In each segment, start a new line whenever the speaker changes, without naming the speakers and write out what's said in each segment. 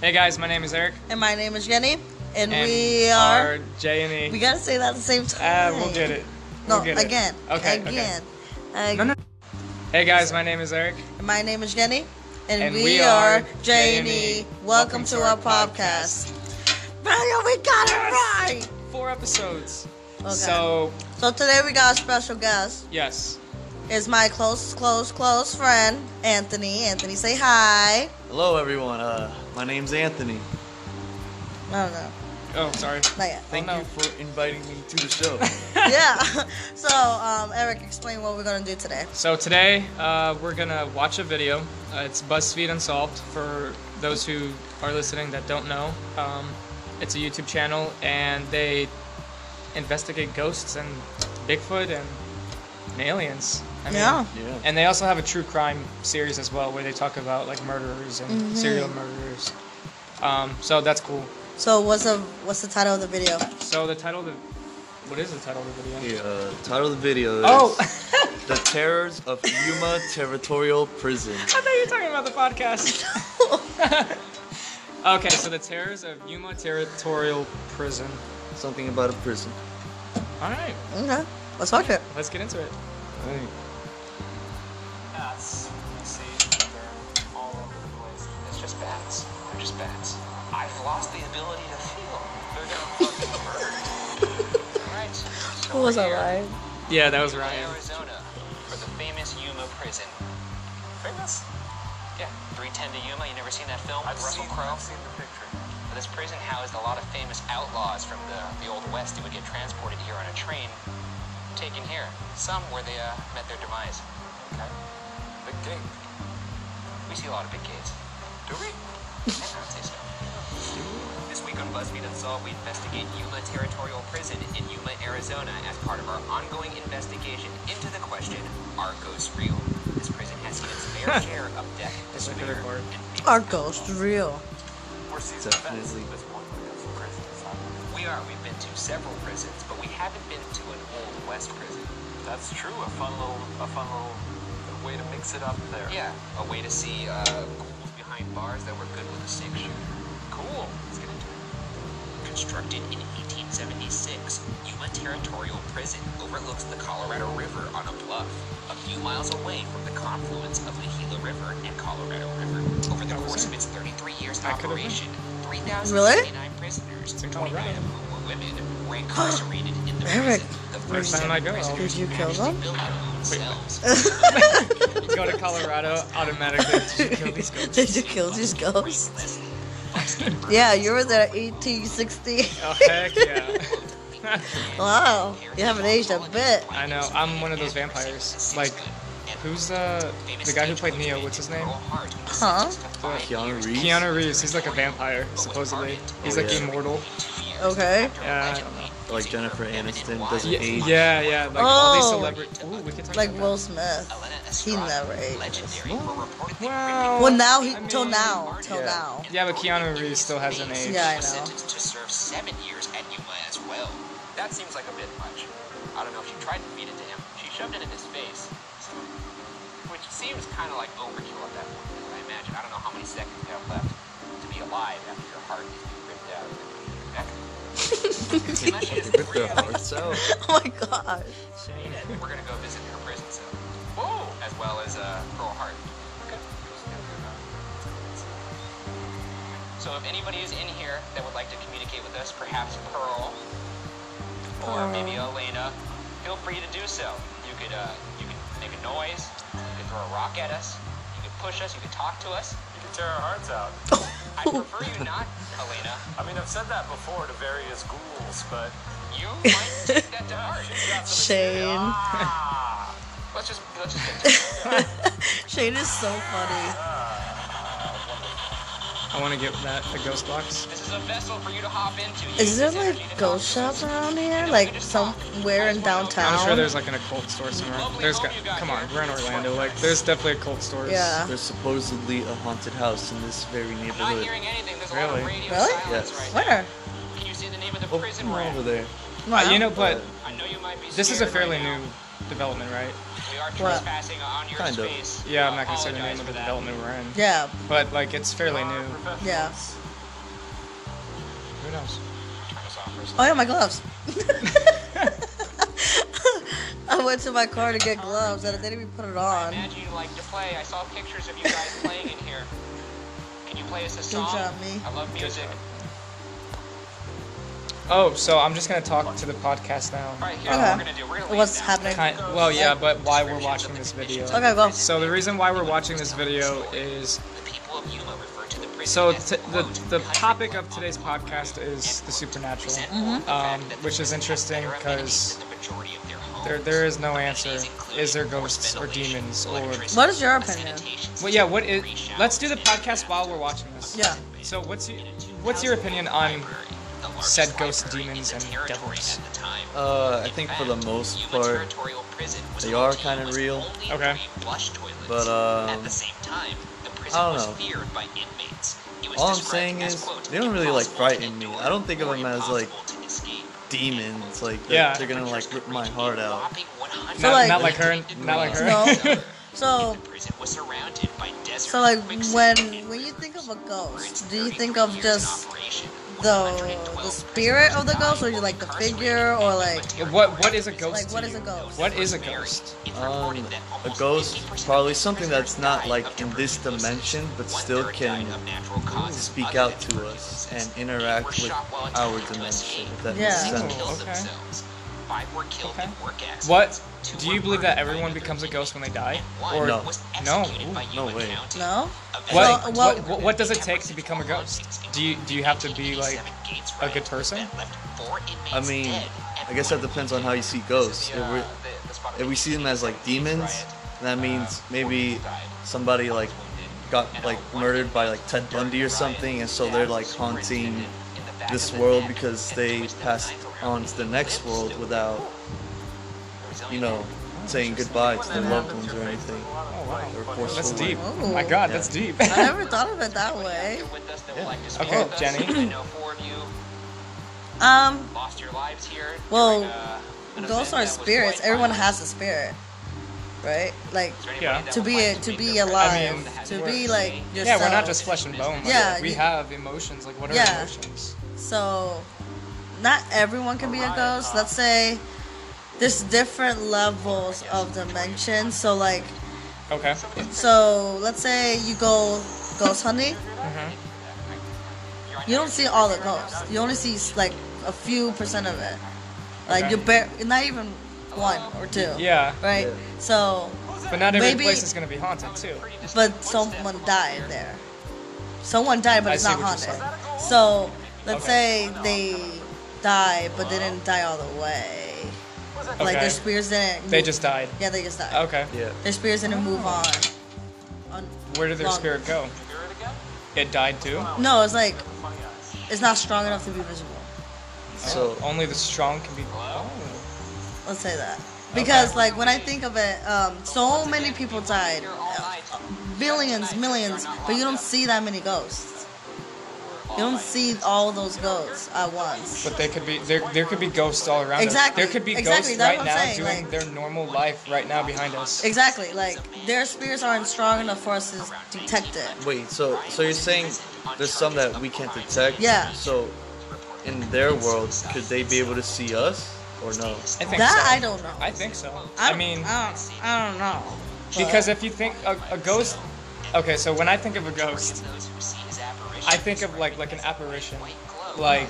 Hey guys, my name is Eric.
And my name is Jenny,
and
and, we are.
J and
We
E.
gotta say that at the same time.
Ah, we'll get it.
No,
we'll get it.
again.
Okay, okay.
Again.
No, no. Hey guys, my name is Eric.
And My name is Jenny, and,
And
we,
we
are
are
J and
J&E.
E. Welcome to our podcast. Mario, we got it right.
Four episodes.
Okay.
So
So today we got a special guest.
yes.
It's my close, close, close friend Anthony. Anthony, say hi.
Hello, everyone. Uh, my name's Anthony.
I don't know.
Oh, sorry.
Not yet.
Thank
no.
you for inviting me to the show.
yeah. So, um, Eric, explain what we're gonna do today.
So today uh, we're gonna watch a video. Uh, it's BuzzFeed Unsolved for those who are listening that don't know. Um, it's a YouTube channel and they investigate ghosts and Bigfoot and, and aliens. I mean,
Yeah.
Yeah.
And they also have a true crime series as well where they talk about like murderers and serial murderers. Um, so that's cool.
So, what's the what's the title of the video?
So the title of the what is the title of the video?
The uh, title of the video is
Oh, I
The Terrors of Yuma Territorial Prison.
thought you were talking about the podcast. Okay, so the terrors of Yuma Territorial Prison.
Something about a prison.
All right,
okay. Let's watch it.
let's get into it.
Alright.
Bats. You see, they're all over the place.
It's just bats. They're just bats. I've lost the ability to feel. They're gonna fucking murder. Alright. So
was that
we're here
right?
Yeah, that was
in
Ryan.
Arizona for the famous Yuma prison. Famous? Yeah. 310 to Yuma. You never seen that film? with Russell Crowe.
I've seen the picture.
But This prison housed a lot of famous outlaws from the, the Old West who would get transported here on a train, taken here. Some where they uh, met their demise.
Okay. Big gate.
We see a lot of big kids.
Do we?
This week on BuzzFeed Unsolved, we investigate Yuma Territorial Prison in Yuma, Arizona, as part of our ongoing investigation into the question, are ghosts real? This prison has seen its fair share of death, despair,
record.
and beast.
Our ghost real.
We're season
Definitely.
That's one way of prison. It's not-
We are. We've been to several prisons, but we haven't been to an Old West prison.
That's true. A fun little, a fun little way to mix it up there.
Yeah, a way to see uh, ghouls behind bars that were good with a six shooter. Cool. Let's get into it. Constructed in 1876, Yuma Territorial Prison overlooks the Colorado River on a bluff, a few miles away from the confluence of the Gila River and Colorado River. Over the course of its 33 years of
That could've been-
operation, 3,000
Really?
29 prisoners,
in
29
Colorado.
of whom were women, were incarcerated in the
Eric.
prison. The first
time
seven
I go, I'll-
prisoners
Did you kill
managed to
them?
build their own cells.
Go to Colorado automatically. Did you kill these ghosts?
Did you kill these ghosts? yeah, you were there 1860.
Oh heck yeah!
Wow, you haven't aged a bit.
I know. I'm one of those vampires. Like, who's uh the guy who played Neo? What's his name?
Huh?
Keanu Reeves.
Keanu Reeves. He's like a vampire supposedly. He's like
Yeah.
immortal.
Okay.
Yeah. I don't know.
Like Jennifer Aniston doesn't
Yeah,
age.
yeah, yeah. Like all these
Oh.
celebrities. Ooh, we could talk
Like
about
Will
that.
Smith. He never ages.
Wow.
Well, now he
I
till
mean-
now, till
Yeah.
now.
Yeah, but Keanu Reeves still hasn't aged.
Yeah, I
was
know.
sentenced to serve seven years at Yuma as well. That seems like a bit much. I don't know if she tried to feed it to him. She shoved it in his face, so- which seems kind of like overkill at that point. I imagine. I don't know how many seconds you have left to be alive after your heart is being ripped out. Unless she just
Rip their hearts out.
Oh my gosh.
Shane, and we're gonna go visit her prison cell.
Oh!
Whoa! As well as uh, Pearl Harbor. So if anybody is in here that would like to communicate with us, perhaps Pearl or maybe Elena, feel free to do so. You could uh, you could make a noise, you could throw a rock at us, you could push us, you could talk to us.
You can tear our hearts out.
I prefer you not, Elena.
I mean, I've said that before to various ghouls, but
You might take that to heart.
Shane.
ah,
Let's just let's just get to it.
Shane is so funny.
Oh I want to get that the ghost box.
This is a vessel for you to hop into.
Is there
Use this
like
energy to
ghost
help
shops around here? Like somewhere in downtown?
I'm sure there's like an occult store somewhere. There's got, come on, we're in Orlando. Like there's definitely occult stores.
Yeah.
There's supposedly a haunted house in this very
I'm not
neighborhood. Oh,
hearing anything. There's a lot
Really?
of radio
Really?
silence
Yes.
right
Where?
now. Can you see the name of the
Oh,
prison
come
we're
on
in?
over there.
Uh, you
Wow.
know, but
I know you might be
this is a
scared
fairly
right now.
new development, right?
We are
Well,
trespassing on your
kind of.
space.
Yeah, I'm
We
not gonna say the
apologize
name of
for
the
that. Uh,
development we're in.
Yeah.
But like it's fairly new.
Yeah.
Who knows?
Turn us off for a second.
Oh yeah, my gloves. I went to my car to get gloves and I didn't even put it on.
Imagine you like to play. I saw pictures of you guys playing in here. Can you play us a song?
job, me.
I love music.
Oh, so I'm just gonna talk to the podcast now.
All right, here's
Um,
what
Okay.
we're gonna do. We're gonna lay
What's
down
happening?
Kind, well, yeah, but why we're watching this video.
Okay, go.
So the reason why we're watching this video is
The people of Yuma refer to the prison
so
as
t- the
quote,
the
"country
topic
club
of
on
today's
the Long
podcast is
Island," end
the
quote.
supernatural,
Resentful of
Mm-hmm.
the
um,
fact that the
which is
prison has
interesting
better amenities
because
than the majority of their
there
homes.
there is no
Amenities
answer.
include
Is there
forced
ghosts or
ventilation,
demons or
electricity,
What is your
a
opinion?
sanitation
well, yeah,
system,
what is?
free
Let's
showers,
do the
and
podcast while
bathtubs.
we're watching this.
Yeah.
So what's your what's your opinion on said ghost demons and devils?
Uh, I think for the most part, they are kinda real.
Okay.
But,
at
um,
the same time, the prison
I don't
was
know.
feared by inmates. It was
All I'm
described
saying
as,
is,
quote,
they don't really, like,
impossible to
frighten me.
endure
I don't think of
or
them as, like,
impossible to escape.
Demons, like they're,
Yeah.
they're gonna like rip my heart out.
Not,
Not
like-
not like her, not like her.
No. So,
The prison was surrounded by desert.
so like when
quicksand, and
when you think of a ghost, do you
33
think of
years in
just
operation,
the
112
the spirit of the ghost, or you like the figure, or like
What what is a ghost?
like what
to
is
you?
a ghost?
What is a ghost?
Um, a ghost, probably something that's not like in this dimension, but still can speak out to us and interact with our dimension. If that
Yeah.
makes sense.
Oh,
Kills
okay.
themselves. Five were killed in work accidents.
What?
Two
Do
were
you believe that
murdered by
everyone
other
becomes a ghost when they die?
One
Or
No.
was
No.
executed
Ooh,
by
no
Yuma
way.
County.
no?
A
What, what,
veteran
what-
what, what does it take to become a ghost? Do you, do you have to be like a good person?
I mean, I guess that depends on how you see ghosts. If,
uh,
we're, if we see them as like demons, that means maybe somebody like got like murdered by like Ted Bundy or something, and so they're like haunting this world because they passed on to the next world without, you know, saying goodbye to their loved ones or anything.
Oh, wow.
Or forceful
That's deep.
Ooh.
My god,
Yeah.
that's deep.
I never thought of it that way.
Yeah.
Okay, Jenny.
I know four of you
Um,
lost your lives here.
Well,
during, uh, an
ghosts
event
are
that was
spirits.
quite
Everyone
violent.
has a spirit, right? Like
Is there anybody
Yeah.
that
to
would
be
like
to
make
be
their
alive,
presence known
to
have
be
their
like
say?
Yeah,
yourself.
we're not just flesh and bone. Like,
Yeah,
we
you-
have emotions. Like, what are
Yeah.
emotions?
So, not everyone can be a ghost. Let's say there's different levels of dimensions. So, like,
Okay.
so let's say you go ghost hunting.
Mm-hmm.
You don't see all the ghosts. You only see like a few percent of it. Like
Okay.
you bar- not even one or two.
Yeah.
Right. So,
But not every
Maybe-
place is going to be haunted, too.
but someone died there. Someone died, but
I
it's
see
not
what you're
haunted. So, let's say they died, but they didn't die all the way. Like
Okay.
their spirits didn't.
They
move-
just died. Oh.
Yeah, they just died.
Okay.
Yeah.
Their spirits didn't move on. on
Where did their
long-
spirit go?
Hear it again?
It died, too?
No, it's like
Funny eyes.
it's not strong enough to be visible.
So
Only the strong can be.
Let's say that. Because like when I think of it, um, so many people died, uh, billions, millions, but you don't see that many ghosts. You don't see all those ghosts at once.
But they could be there. There could be ghosts all around
Exactly,
us. There could be ghosts
exactly, that's
right
what
now
I'm saying,
doing
like-
their normal life right now behind us.
Exactly, like their spirits aren't strong enough for us to detect it.
wait, so so you're saying there's some that we can't detect?
Yeah.
So in their world, could they be able to see us or no?
I think
That
so.
I don't know.
I think so.
I,
I mean,
I don't, I don't know. but-
because if you think a, a ghost, okay, so when I think of a ghost, I think of like like an apparition, like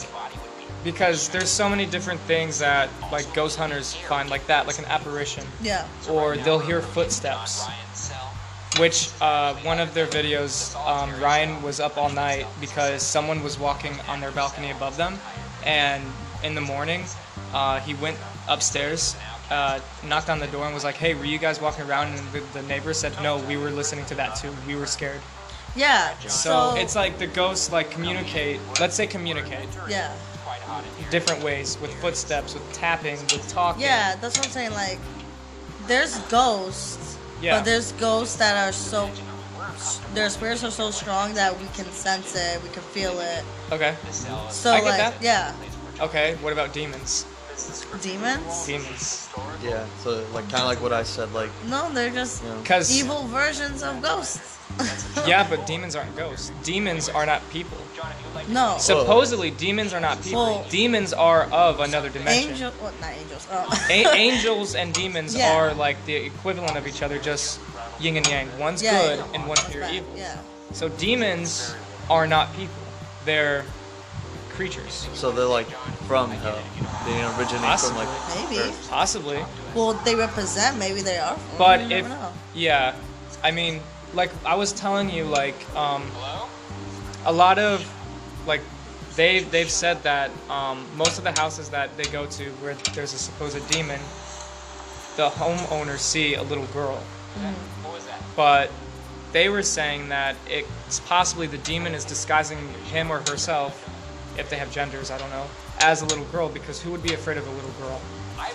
because there's so many different things that like ghost hunters find like that, like an apparition,
yeah,
or they'll hear footsteps. Which uh, one of their videos, um, Ryan was up all night because someone was walking on their balcony above them, and in the morning, uh, he went upstairs, uh, knocked on the door, and was like, "Hey, were you guys walking around?" And the, the neighbor said, "No, we were listening to that too. We were scared."
Yeah.
So,
So,
it's like the ghosts like communicate. Let's say communicate
yeah,
different ways with footsteps, with tapping, with talking.
yeah. That's what I'm saying. Like, there's ghosts,
Yeah.
but there's ghosts that are so their spirits are so strong that we can sense it, we can feel it.
Okay.
So
I get
like,
that.
yeah,
Okay. What about demons?
demons.
Demons.
Yeah, so like kind of like what I said, like
No, they're just
Yeah.
Because
evil versions of ghosts.
yeah, but demons aren't ghosts. Demons are not people.
no,
Supposedly, demons are not people.
Well-
demons are of another dimension.
angel. Well, not angels. Oh.
A- angels and demons
Yeah.
are like the equivalent of each other, just yin and yang. One's
Yeah,
good
yeah.
and one's
That's
pure
bad.
evil.
Yeah.
So demons are not people; they're creatures.
so they're like from hell. They originate
Possibly.
from like
Maybe.
Earth.
Possibly,
Well, they represent. Maybe they are. from-
but
you
if
never know.
yeah, I mean, like I was telling you, like um, a lot of like they they've said that um, most of the houses that they go to where there's a supposed demon, the homeowners see a little girl. But they were saying that it's possibly the demon is disguising him or herself, if they have genders, I don't know, as a little girl because who would be afraid of a little girl?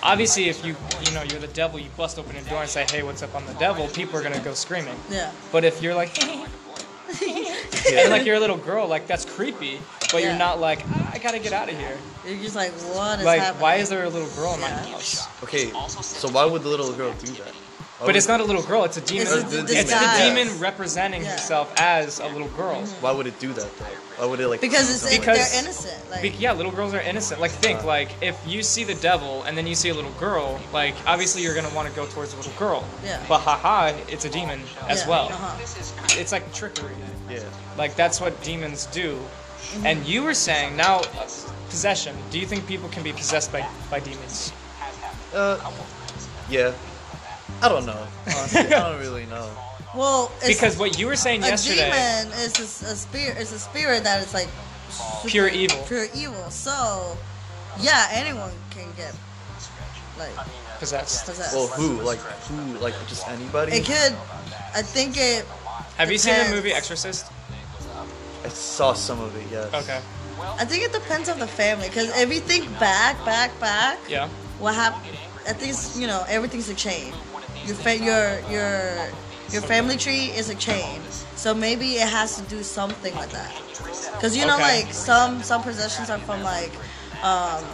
Obviously, if you you know you're the devil, you bust open a door and say, "Hey, what's up? I'm the devil." People are gonna go screaming.
Yeah.
But if you're like, and like you're a little girl, like that's creepy. But
Yeah.
you're not like, "Ah, I gotta get out of here.
You're just like, what is
Like,
happening?
why is there a little girl in my
Yeah.
house?
Okay, so why would the little girl do that? Why
But
would-
it's not a little girl. It's a demon.
It's
It's,
a
the
disguise.
demon representing
Yeah.
herself as a little girl.
Why would it do that though? Why would it like?
Because it's
Because-
they're innocent. Like,
Be- yeah, little girls are innocent. Like think, like if you see the devil and then you see a little girl, like obviously you're gonna want to go towards the little girl.
Yeah.
But haha, it's a demon as
yeah,
well.
uh-huh.
It's like trickery.
yeah.
Like that's what demons do.
Mm-hmm.
And you were saying now, uh, possession. Do you think people can be possessed by by demons?
Uh, yeah. I don't know. Honestly, I don't really know.
Well, it's,
Because what you were saying
a
yesterday,
demon is a, s- a spirit. It's a spirit that is like super-
Pure evil.
Pure evil. So, yeah, anyone can get like
possessed.
possessed.
Well, who? Like who? Like just anybody?
it could. I think it.
Have you seen the
Depends.
movie Exorcist?
I saw some of it. Yes.
Okay.
I think it depends on the family. Because if you think back, back, back,
Yeah.
what happened? I think it's, you know everything's a chain. Your fa- your your your family tree is a chain. So maybe it has to do something with that. Cause you know
Okay.
like some some possessions are from like um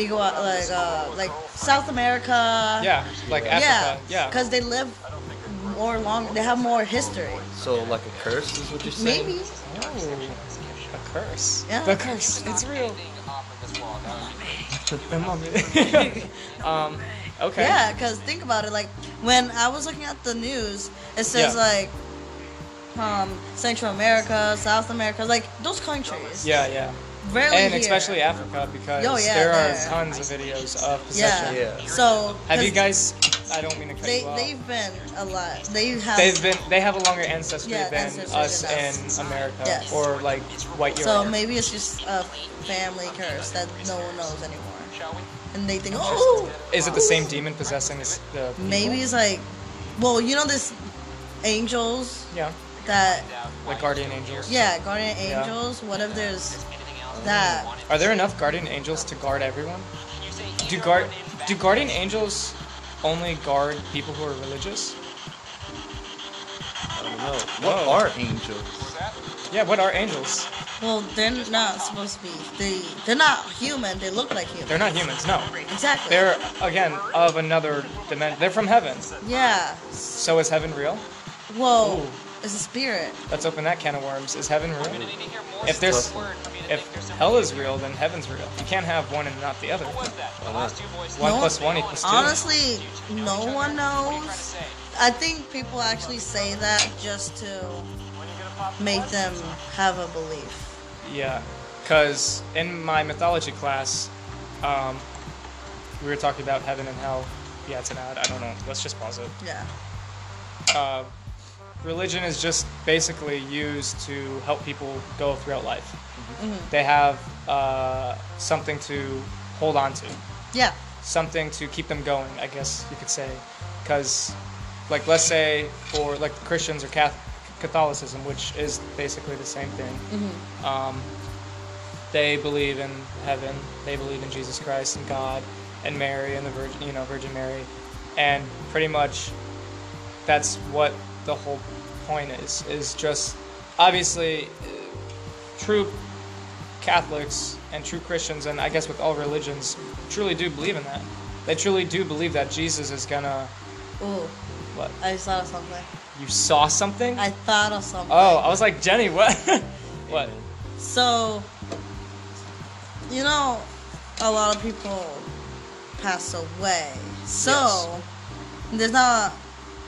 Igua- like uh like South America.
Yeah. Like
Uh, Yeah.
Africa. Yeah.
Cause they live more long. They have more history.
So like a curse is what you're saying?
Maybe.
Ooh, a curse.
Yeah.
The curse. It's real. The mummy. um, okay.
Yeah, because think about it. Like when I was looking at the news, it says
Yeah.
like um, Central America, South America, like those countries.
Yeah, yeah.
Rarely
And
here.
especially Africa because
Oh, yeah,
there are
there.
tons of videos of
Yeah.
possession.
Yeah.
So
Have you guys?
'cause
I don't mean to cut
They
you off.
they've been a lot. They have.
They've been. They have a longer ancestry
Yeah,
than
ancestry
us
than us.
in America
Yes.
or like white
so
Europe.
maybe it's just a family curse that no one knows anymore. And they think, oh,
Is it the same demon possessing this, the?
maybe it's like, well, you know, this angels
Yeah.
that,
Like guardian angels.
yeah, guardian
Yeah.
angels. What if there's that?
Are there enough guardian angels to guard everyone? Do guard do guardian angels only guard people who are religious?
I don't know. What are angels?
Yeah, what are angels?
Well, they're not supposed to be. They they're not human. They look like human.
They're not humans, no.
exactly.
They're again of another dimension. They're from heaven.
yeah.
So is heaven real?
Whoa.
Ooh.
It's a spirit.
Let's open that can of worms. Is heaven real? If there's if hell is real, then heaven's real. You can't have one and not the other. One
No-
plus one equals two.
Honestly, no one knows. I think people actually say that just to make them have a belief.
Yeah, because in my mythology class, um, we were talking about heaven and hell. Yeah, it's an ad. I don't know. Let's just pause it.
Yeah.
Uh, religion is just basically used to help people go throughout life. They have uh, something to hold on to,
Yeah.
something to keep them going. I guess you could say, because, like, let's say for like Christians or Catholic. Catholicism, which is basically the same thing. Um, they believe in heaven. They believe in Jesus Christ and God and Mary and the Virgin, you know, Virgin Mary, and pretty much that's what the whole point is. Is just obviously uh, true Catholics and true Christians, and I guess with all religions, truly do believe in that. They truly do believe that Jesus is gonna.
Ooh,
What?
I just thought of something.
You saw something?
I thought of something.
oh, I was like Jenny. What? what?
So, you know, a lot of people pass away. So, there's not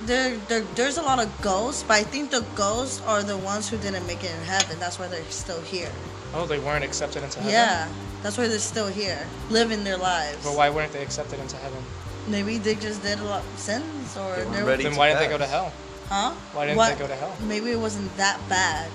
there, there there's a lot of ghosts, but I think the ghosts are the ones who didn't make it in heaven. That's why they're still here.
Oh, they weren't accepted into heaven.
Yeah, that's why they're still here, living their lives.
But why weren't they accepted into heaven?
Maybe they just did a lot of sins, or
They were
they're-
ready.
Then
It's
why didn't they go
bad.
to hell?
Huh?
Why didn't
What-
they go to hell?
Maybe it wasn't that bad.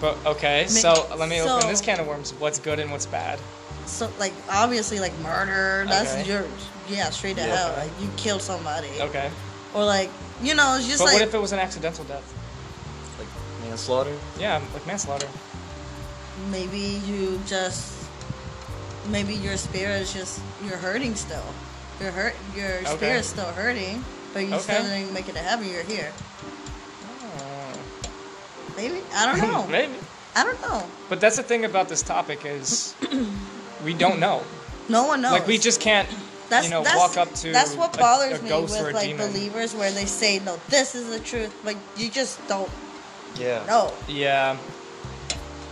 But okay,
Ma-
so let me
so-
open this can of worms. What's good and what's bad?
So like obviously like murder, that's
Okay.
your yeah, straight to
Yeah.
hell. Like you kill somebody.
Okay.
Or like you know, it's just
but
like
what if it was an accidental death?
Like manslaughter.
Yeah, like manslaughter.
maybe you just maybe your spirit is just you're hurting still. You're hurt your
Okay.
spirit's still hurting, but you still
Okay.
didn't make it to heaven, you're here.
Oh.
Maybe I don't know.
Maybe.
I don't know.
But that's the thing about this topic is we don't know.
No one knows.
Like we just can't
that's,
you know,
that's,
walk up to
that's what
a-
bothers
a
me
ghost or
with
a
like
demon.
believers where they say no this is the truth but you just don't
Yeah.
know
Yeah.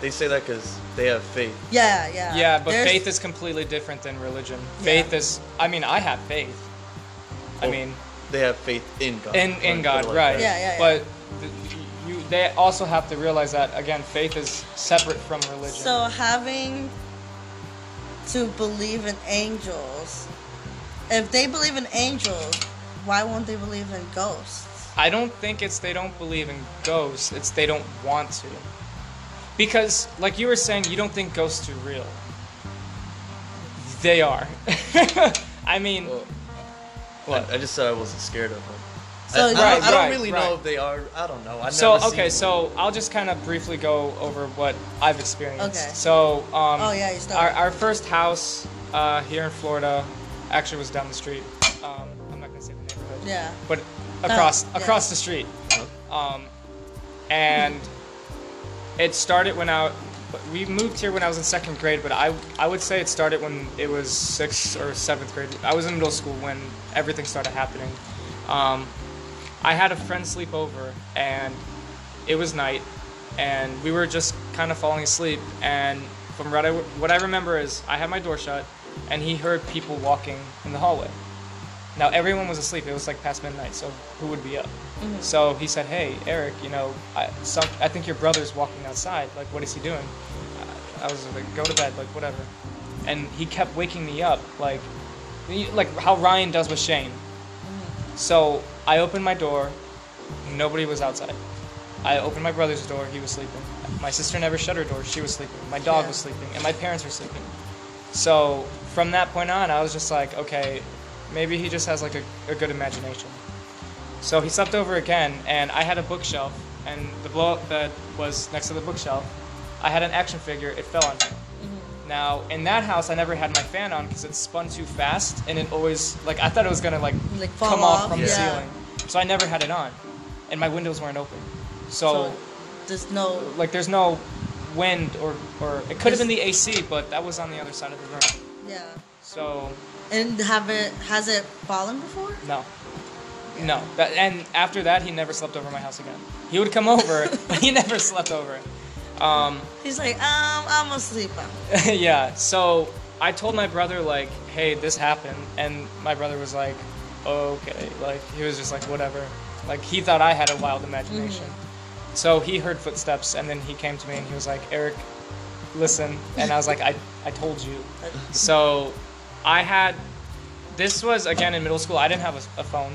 They say that because they have faith.
yeah yeah
Yeah, but
There's-
faith is completely different than religion.
Yeah.
Faith is I mean, I have faith. I
Well,
mean,
They have faith in God.
in
Put it
in God,
like
right?
that.
Yeah, yeah, yeah.
But th- you, they also have to realize that again, faith is separate from religion.
So having to believe in angels, if they believe in angels, why won't they believe in ghosts?
I don't think it's they don't believe in ghosts. It's they don't want to, because like you were saying, you don't think ghosts are real. They are. I mean,
Well,
What?
I, I just said I wasn't scared of them.
So
I, I,
you-
don't- I
Right,
don't
right,
really
right.
know if they are. I don't know. I
so
never seen
okay,
one.
so I'll just kind of briefly go over what I've experienced.
Okay.
So um,
Oh, yeah, you start.
our our first house uh, here in Florida actually was down the street. Um, I'm not gonna say the neighborhood.
Yeah. Oh,
But across
yeah.
across the street. Um, and it started when I we moved here when I was in second grade, but I I would say it started when it was sixth or seventh grade. I was in middle school when everything started happening. Um, I had a friend sleep over, and it was night, and we were just kind of falling asleep. And from what I, what I remember is I had my door shut, and he heard people walking in the hallway. Now everyone was asleep. It was like past midnight, so who would be up? So he said, "Hey, Eric, you know, I, some, I think your brother's walking outside. Like, what is he doing?" I, I was like, "Go to bed, like whatever." And he kept waking me up, like, you- like how Ryan does with Shane. So I opened my door. Nobody was outside. I opened my brother's door. He was sleeping. My sister never shut her door. She was sleeping. My dog
Yeah.
was sleeping, and my parents were sleeping. So from that point on, I was just like, okay, maybe he just has like a, a good imagination. So he slept over again, and I had a bookshelf, and the blow up bed was next to the bookshelf. I had an action figure. It fell on him.
Mm-hmm.
Now in that house, I never had my fan on because it spun too fast, and it always like I thought it was gonna like,
Like, fall
come off,
off,
from the
yeah.
ceiling. So I never had it on, and my windows weren't open.
So
so
there's no
like there's no wind or or it could have
There's-
been the AC, but that was on the other side of the room.
yeah.
So
And have it has it fallen before?
no, no. That, and after that, he never slept over my house again. He would come over, but he never slept over. Um,
He's like, um, I'm asleep.
yeah. So I told my brother like, hey, this happened, and my brother was like, okay, like he was just like whatever. Like he thought I had a wild imagination. So he heard footsteps, and then he came to me and he was like, Eric, listen. And I was like, I, I told you. So I had this was again in middle school. I didn't have a, a phone,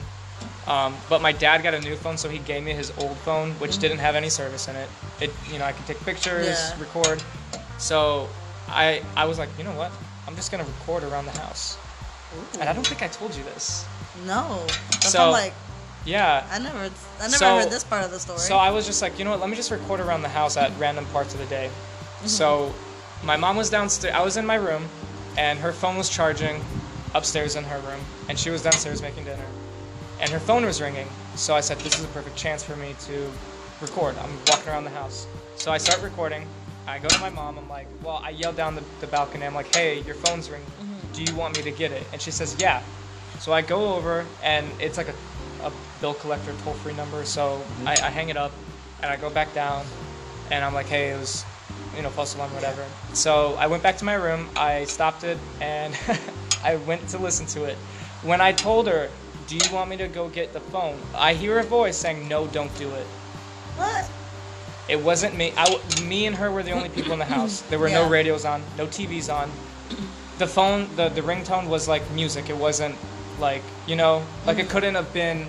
um, but my dad got a new phone, so he gave me his old phone, which didn't have any service in it. It, you know, I could take pictures,
Yeah.
record. So I, I was like, you know what? I'm just gonna record around the house. And I don't think I told you this.
No. That's
So-
I'm like,
Yeah.
I never, I never
So-
heard this part of the story.
So I was just like, you know what? Let me just record around the house at random parts of the day. So my mom was downstairs. I was in my room, and her phone was charging upstairs in her room, and she was downstairs making dinner, and her phone was ringing. So I said, this is a perfect chance for me to record. I'm walking around the house. So I start recording. I go to my mom. I'm like, well, I yell down the, the balcony. I'm like, hey, your phone's ringing. Do you want me to get it? And she says, yeah. So I go over, and it's like a, a bill collector toll free number. So I, I hang it up, and I go back down, and I'm like, hey, it was, you know, false alarm, whatever. So I went back to my room, I stopped it, and I went to listen to it. When I told her, do you want me to go get the phone? I hear a voice saying, no, don't do it.
what?
It wasn't me. I w me and her were the only people in the house. There were no
Yeah.
radios on, no TVs on. The phone, the, the ringtone was like music. It wasn't like, you know, like
Mm.
it couldn't have been,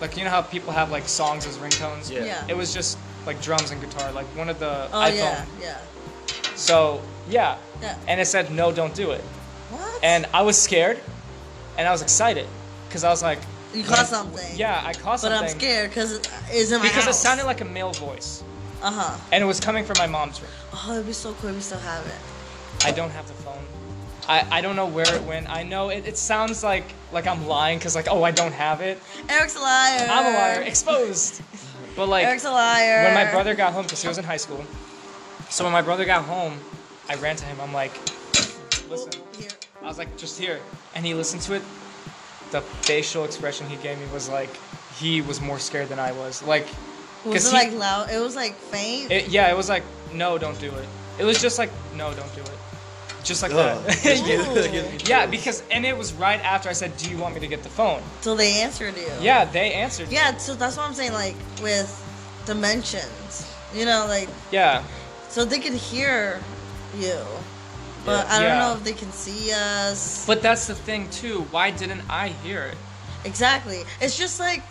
like, you know how people have like songs as ringtones?
Yeah.
Yeah.
It was just like drums and guitar, like one of the
Oh
iPhone.
yeah, yeah,
So, yeah.
yeah.
And it said, no, don't do it.
What?
And I was scared and I was excited because I was like,
you caught something.
yeah, I caught
But
something.
I'm scared because it's in my
Because it
house.
sounded like a male voice
Uh huh.
and it was coming from my mom's room.
Oh, it'd be so cool. if We still have it.
I don't have the phone. I, I don't know where it went. I know it, it sounds like like I'm lying because like oh I don't have it.
Eric's a liar.
I'm a liar. Exposed. But like
Eric's a liar.
when my brother got home because he was in high school. So when my brother got home, I ran to him. I'm like, listen.
Here.
I was like, just here. And he listened to it. The facial expression he gave me was like, he was more scared than I was. Like,
Was
'cause
it
he-
like loud? It was like faint.
it- yeah, it was like, no, don't do it. It was just like, no, don't do it. Just like
Ugh.
that.
Ooh.
yeah, because, and it was right after I said, do you want me to get the phone?
so they answered you.
Yeah, they answered.
Yeah. So that's what I'm saying. Like with dimensions, you know, like
Yeah.
so they could hear you, but I don't
Yeah.
know if they can see us.
But that's the thing too. Why didn't I hear it?
Exactly. It's just like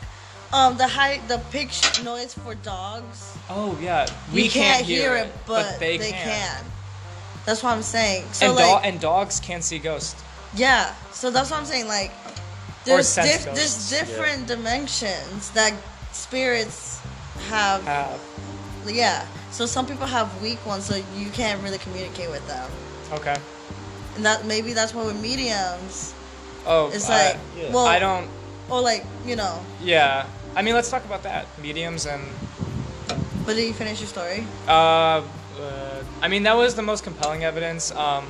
um the high the pitch noise for dogs.
Oh, yeah. We
you
can't, hear, it,
but,
they,
they
can.
That's what I'm saying. So
And, do-
like,
and dogs can see ghosts.
yeah. So that's what I'm saying. Like, there's
sense
dif- there's
ghosts,
different dimensions that spirits have.
Have.
Yeah. So some people have weak ones, so you can't really communicate with them.
Okay.
And that maybe that's why with mediums,
Oh,
it's
I-
like, well,
I don't.
or like you know.
Yeah, I mean, let's talk about that. Mediums and.
But did you finish your story?
Uh, uh, I mean, that was the most compelling evidence. Um,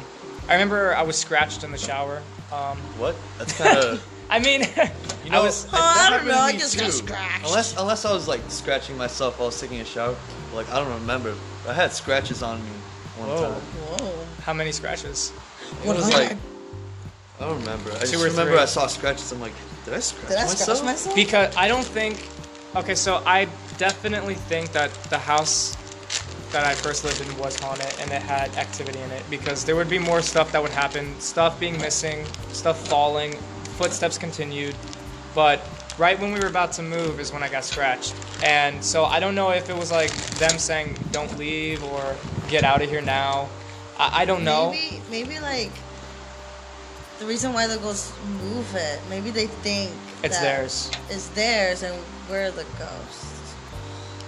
I remember I was scratched in the shower. Um,
What? That's kind of.
I mean,
You
I
know,
was.
Oh, I
that
don't
happened
know,
to
I
me
just got
too.
scratched.
Unless, unless I was like scratching myself while I was taking a shower. Like I don't remember. I had scratches on me one
Whoa.
time.
Whoa. Oh
How many scratches?
It was like I don't remember. I just
or
remember
three.
I saw scratches. I'm like, did I scratch
Did I
myself?
scratch myself?
Because I don't think. Okay, so I definitely think that the house that I first lived in was haunted and it had activity in it because there would be more stuff that would happen stuff being missing, stuff falling, footsteps continued. But right when we were about to move is when I got scratched. And so I don't know if it was like them saying, don't leave or get out of here now. I, I don't know.
Maybe, maybe like the reason why the ghosts move it. Maybe they think
It's
that
theirs.
It's theirs, and we're the ghosts.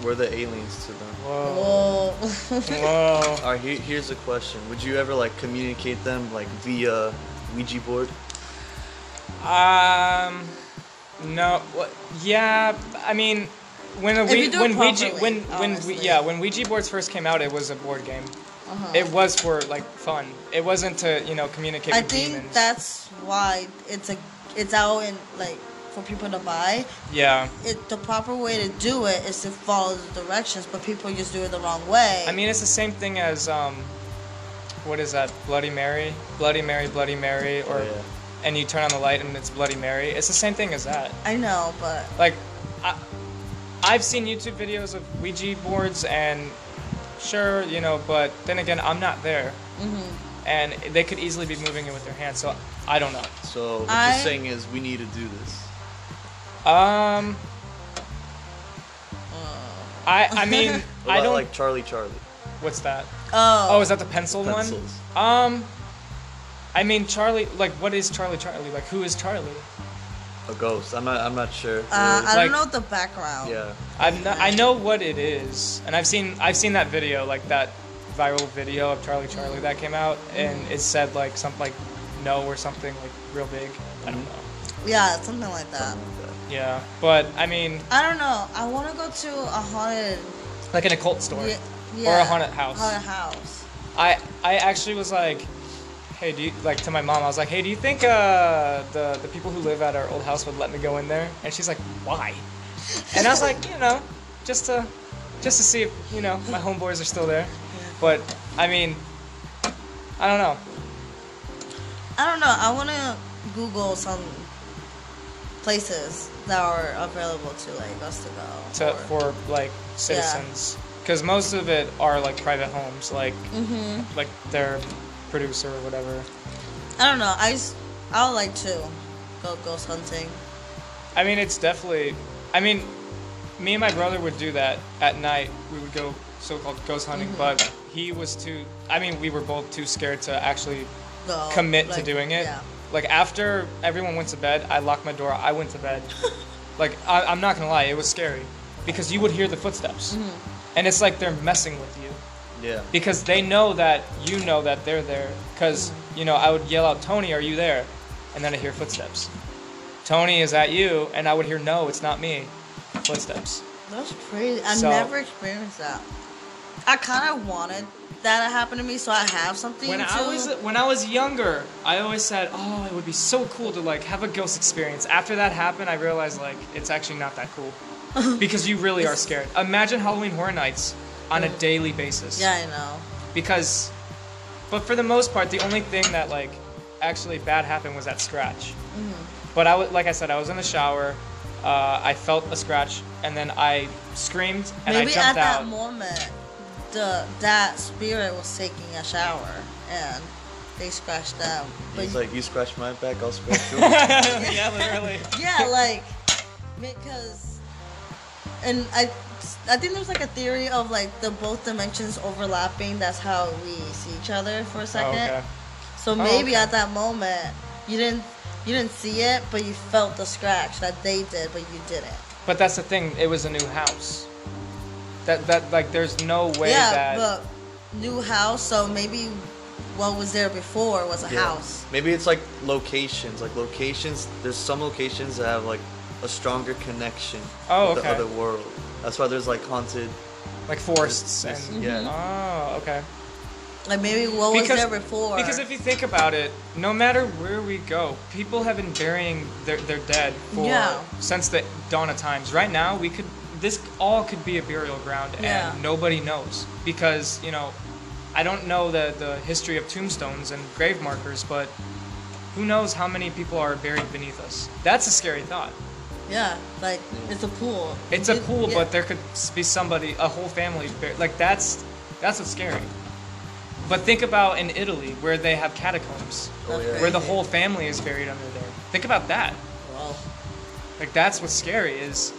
Were the aliens to them?
Whoa.
Whoa.
Whoa.
All right, here, here's a question. Would you ever like communicate them like via Ouija board?
Um, no. What? Yeah. I mean, when a
If you
Ouija-
do it
when Ouija
properly,
when when we,
honestly.
yeah when Ouija boards first came out, it was a board game.
Uh-huh.
It was for like fun. It wasn't to you know communicate.
I
with
think
demons.
that's why it's a it's out and like for people to buy.
yeah.
It the proper way to do it is to follow the directions, but people just do it the wrong way.
I mean, it's the same thing as um, what is that? Bloody Mary, Bloody Mary, Bloody Mary, or
Oh, yeah.
and you turn on the light and it's Bloody Mary. It's the same thing as that.
I know, but
Like, I, I've seen YouTube videos of Ouija boards, and sure, you know, but then again, I'm not there. And they could easily be moving it with their hands, so I don't know.
So what
I-
you're saying is we need to do this.
Um, I I mean
What
I
about
don't.
like Charlie Charlie
what's that?
oh,
Oh, is that the pencil
pencils.
one? Um, I mean Charlie. Like, what is Charlie Charlie? Like, who is Charlie?
a ghost. I'm not. I'm not sure.
Uh, I
Oh, Like-
don't know the background.
yeah.
I've no- I know what it is, and I've seen I've seen that video, like that viral video of Charlie Charlie that came out, and it said like something like no or something like real big. I don't know.
Yeah, something like that.
Yeah, but I mean,
I don't know. I want to go to a haunted.
like an occult store.
Yeah,
Or
yeah,
a haunted house.
Haunted house.
I I actually was like, hey, do you like to my mom? I was like, hey, do you think uh, the the people who live at our old house would let me go in there? And she's like, why? And I was like, you know, just to just to see if you know my homeboys are still there. But I mean, I don't know.
I don't know. I want to Google some places that are available to like us to go.
to,
or-
for like citizens because most of it are like private homes like like their producer or whatever
I don't know. I s- I would like to go ghost hunting.
i mean it's definitely i mean me and my brother would do that at night we would go so-called ghost hunting
Mm-hmm.
but he was too i mean we were both too scared to actually
Go
commit to
Oh, like,
doing it
Yeah.
like after everyone went to bed i locked my door i went to bed like I, i'm not gonna lie it was scary because you would hear the footsteps
Mm-hmm.
and it's like they're messing with you
Yeah.
because they know that you know that they're there. Because you know, I would yell out, "Tony, are you there?" And then I hear footsteps. Tony, is that you? And I would hear, "No, it's not me." Footsteps.
That's crazy. I
So-
never experienced that. I kind of wanted that to happen to me, so I have something
When
to.
I was when I was younger, I always said, "Oh, it would be so cool to like have a ghost experience." After that happened, I realized like it's actually not that cool because you really are scared. Imagine Halloween Horror Nights on a daily basis.
yeah, I know.
because but for the most part the only thing that like actually bad happened was that scratch
Mm-hmm.
but i was like i said i was in the shower uh, i felt a scratch and then i screamed and i
Maybe
jumped
at that
out
moment, the that spirit was taking a shower and they scratched them. But
He's like, you scratch my back, I'll scratch yours.
yeah literally
yeah, like because, and I, I think there's like a theory of like the both dimensions overlapping. That's how we see each other for a
oh,
second.
okay. Oh,
So maybe
okay.
at that moment you didn't you didn't see it, but you felt the scratch that they did, but you didn't.
but that's the thing it was a new house that that like there's no way
yeah,
that
but new house, so maybe what was there before was a
Yeah.
house.
Maybe it's like locations. Like locations. There's some locations that have like a stronger connection
Oh,
with
okay.
the other world. That's why there's like haunted.
like forests and
Yeah.
oh okay
Like maybe what was there before?
Because if you think about it, no matter where we go, people have been burying their, their dead for
Yeah.
since the dawn of times. Right now, we could this all could be a burial ground, and
Yeah.
nobody knows because you know, I don't know the the history of tombstones and grave markers, but who knows how many people are buried beneath us? That's a scary thought.
yeah, like it's a pool.
It's a
You-
pool,
yeah.
but there could be somebody, a whole family, bur- like that's that's what's scary. But think about in Italy where they have catacombs
Uh,
Oh, yeah.
where the whole family is buried under there. Think about that.
Well,
Like that's what's scary is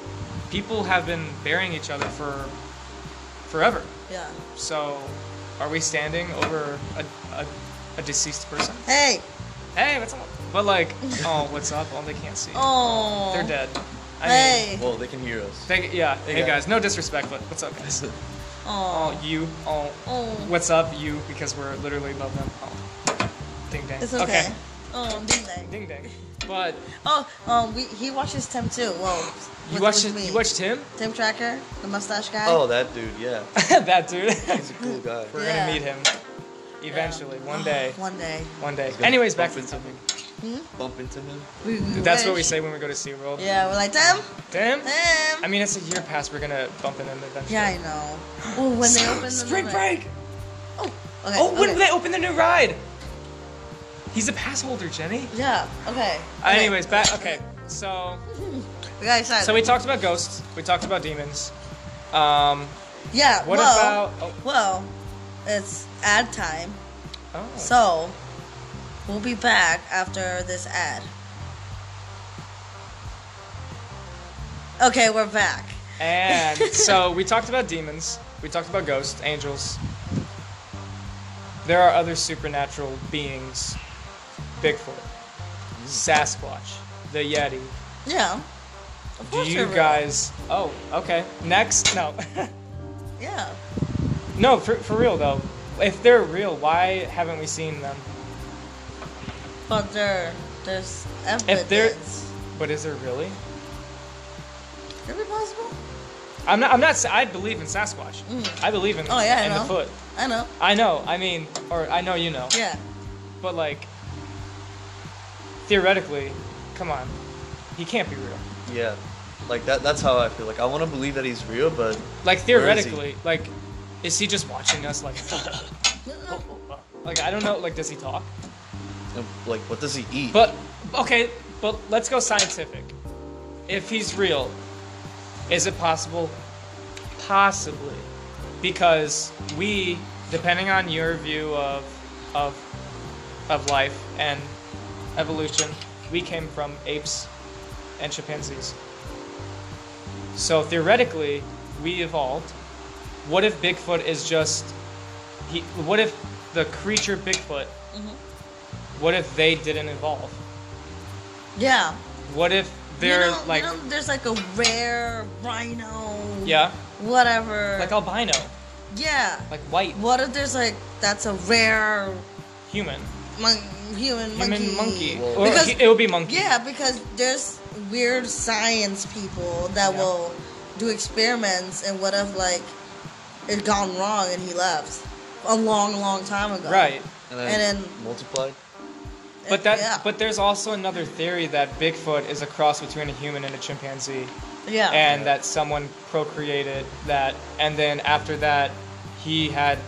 people have been burying each other for forever.
yeah.
So are we standing over a, a, a deceased person?
Hey,
Hey, what's up? But like, oh, what's up? Oh, they can't see.
oh,
They're dead. I
Hey,
Mm-hmm.
Well, they can hear us.
Mean, they, yeah. Hey,
got-
guys, no disrespect, but what's up, guys?
oh,
Oh, you. Oh,
Oh.
what's up, you? Because we're literally above them. Oh, ding dang.
it's okay. Oh, ding dang.
Ding dang. But
Oh, um, we, he watches Tim too. Well,
you
with-
watched
with me.
you watched him?
Tim Tracker, the mustache guy.
Oh, that dude. Yeah.
that dude.
He's a cool guy.
We're
Yeah.
gonna meet him eventually, one day,
one day.
one day. Anyways, back to the topic.
Bump into him.
We, we
That's what we
wish.
say when we go to SeaWorld.
Yeah, we're like Tim,
Damn.
Tim.
I mean, it's a year past. We're gonna bump into him eventually.
yeah, I know. Ooh, when they open the
Spring
door-
break.
Oh, okay.
Oh, when
okay.
they open the new ride. He's a pass holder, Jenny.
Yeah. Okay. okay.
Uh, Anyways, back. Okay, so
we got excited.
so we talked about ghosts. We talked about demons. Um.
yeah.
What
well,
about? Oh.
Well, it's ad time,
oh.
so we'll be back after this ad. Okay, we're back.
And so we talked about demons, we talked about ghosts, angels. There are other supernatural beings Bigfoot, Sasquatch, the Yeti,
Yeah. Of
Do
course they're
you
real.
guys? Oh, okay. Next, no,
Yeah.
no, for for real though. If they're real, why haven't we seen them?
But there, there's evidence.
If they're, but is there really?
Could be possible.
I'm not. I'm not. s- I believe in Sasquatch.
Mm.
I believe in.
Oh, yeah, I
in
know.
the foot.
I know.
I know. I mean, or I know you know.
Yeah.
But like, theoretically, come on, he can't be real.
Yeah, like that. That's how I feel. Like I want to believe that he's real, but
Like
Where is he?
theoretically, like, is he just watching us? Like, like I don't know. Like, does he talk?
um, like, what does he eat?
But okay, but let's go scientific. If he's real, is it possible? Possibly, because we, depending on your view of of of life and evolution, we came from apes and chimpanzees. So theoretically, we evolved. What if Bigfoot is just he? What if the creature Bigfoot? What if they didn't evolve?
Yeah.
What if they're
you know,
like,
you know, there's like a rare rhino.
yeah,
Whatever.
like albino,
yeah.
like white
What if there's like that's a rare
human,
mon- human monkey?
human monkey,
Whoa.
or
Because-
he- it would be monkey.
Yeah, because there's weird science people that
Yeah.
will do experiments, and what if like it gone wrong and he left a long, long time ago?
right.
and
and then-
multiplied.
But that,
Yeah.
but there's also another theory that Bigfoot is a cross between a human and a chimpanzee,
yeah.
and that someone procreated that, and then after that, he had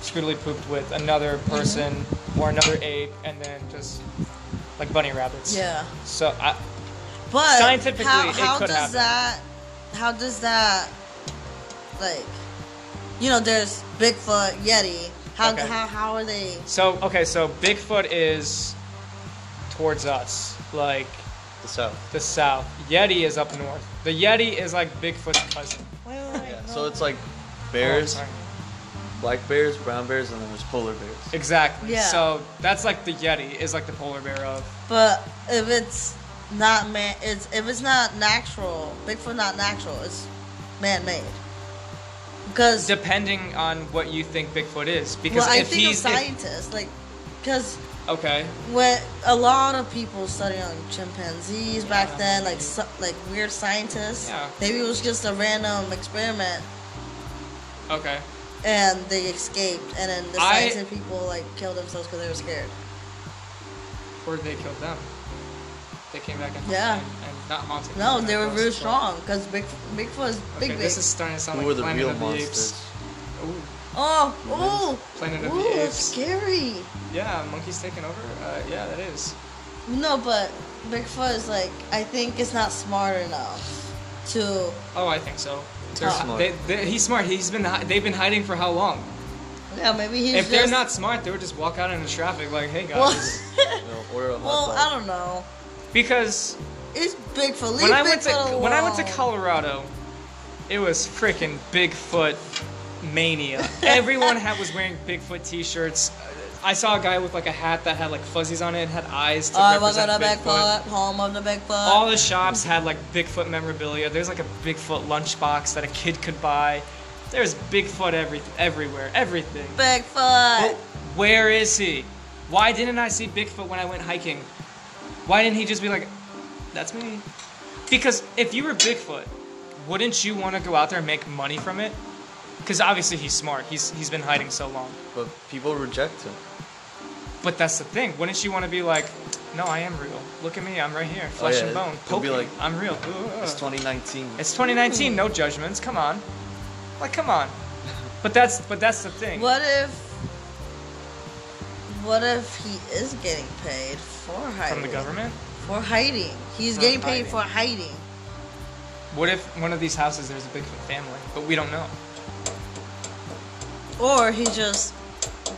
scrootily pooped with another
Mm-hmm.
person or another ape, and then just like bunny rabbits.
yeah.
So I,
But
Scientifically,
how,
it
how
could
does
happen.
that? How does that? Like, you know, there's Bigfoot, Yeti. How
Okay.
how, how are they?
so okay, so Bigfoot is towards us, like
The south.
the south. Yeti is up north. The Yeti is like Bigfoot's cousin.
Yeah. So it's like bears,
Oh, sorry.
black bears, brown bears, and then there's polar bears.
exactly.
Yeah.
So that's like the Yeti is like the polar bear of.
But if it's not man, it's if it's not natural, Bigfoot not natural, it's man-made. Because
Depending on what you think Bigfoot is, because
well, I
if
think of
he's if-
scientists, like, because
okay,
when a lot of people study on chimpanzees back then, like so, like weird scientists,
Yeah.
maybe it was just a random experiment
okay.
and they escaped, and then the
I-
scientific people like killed themselves because they were scared.
Or they killed them. They came back and
Yeah.
and, and not haunted.
No,
them,
they
of
were
course,
very
but-
strong because Big Bigfoot is
Okay,
big. big.
this is starting to sound
Who
like
are the
Planet
real
of the
monsters?
Apes. Ooh,
Oh, oh,
Planet of the
oh,
Apes.
that's scary.
yeah, monkeys taking over. Uh, yeah, that is.
No, but Bigfoot is like I think it's not smart enough to.
Oh, I think so.
They're
Uh,
smart.
They, they, he's smart. He's been. hi- They've been hiding for how long?
Yeah, maybe he's
If
just.
they're not smart, they would just walk out into traffic like, "Hey
well,
guys,"
You know, or a hot
well,
dog.
I don't know.
because
It's Bigfoot. Leave
when I went to
Bigfoot alone.
when I went to Colorado, it was freaking Bigfoot mania. Everyone had was wearing Bigfoot T-shirts. I saw a guy with like a hat that had like fuzzies on it, and had eyes to
I was
represent
Oh, gonna
Bigfoot.
Bigfoot, home of the Bigfoot.
All the shops had like Bigfoot memorabilia. There's like a Bigfoot lunchbox that a kid could buy. There's Bigfoot every, everywhere, everything.
Bigfoot.
But where is he? Why didn't I see Bigfoot when I went hiking? Why didn't he just be like, that's me? Because if you were Bigfoot, wouldn't you want to go out there and make money from it? Because obviously he's smart. He's he's been hiding so long.
But people reject him.
But that's the thing. Wouldn't you want to be like, no, I am real. Look at me. I'm right here, flesh
Oh, yeah,
and bone.
it'd
Poke
be
me.
like,
I'm real.
It's 2019.
It's 2019. No judgments. Come on. Like come on. But that's but that's the thing.
What if? What if he is getting paid for hiding?
From the government?
For hiding, he's
For
getting paid
hiding.
for hiding.
What if one of these houses there's a Bigfoot family, but we don't know?
or he just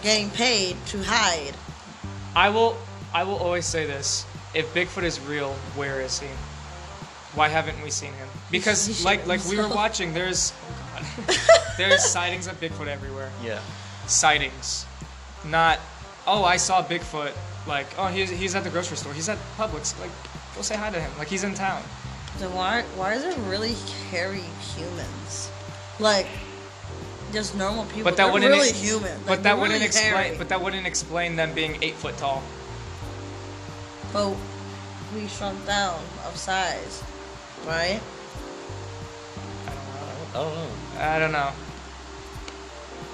getting paid to hide.
I will I will always say this. If Bigfoot is real, where is he? Why haven't we seen him?
He
Because
shit
like like we were
himself.
watching, there's oh God, there's sightings of Bigfoot everywhere.
yeah.
Sightings. Not oh I saw Bigfoot like oh he's he's at the grocery store, he's at Publix, like Go say hi to him. Like he's in town.
Then why why is it really hairy humans? Like just normal people.
But that
They're
wouldn't
really
ex-
human. Like,
But
they're
that wouldn't
really
explain.
hairy.
But that wouldn't explain them being eight foot tall.
But we shrunk down of size, right?
I don't know.
I don't know.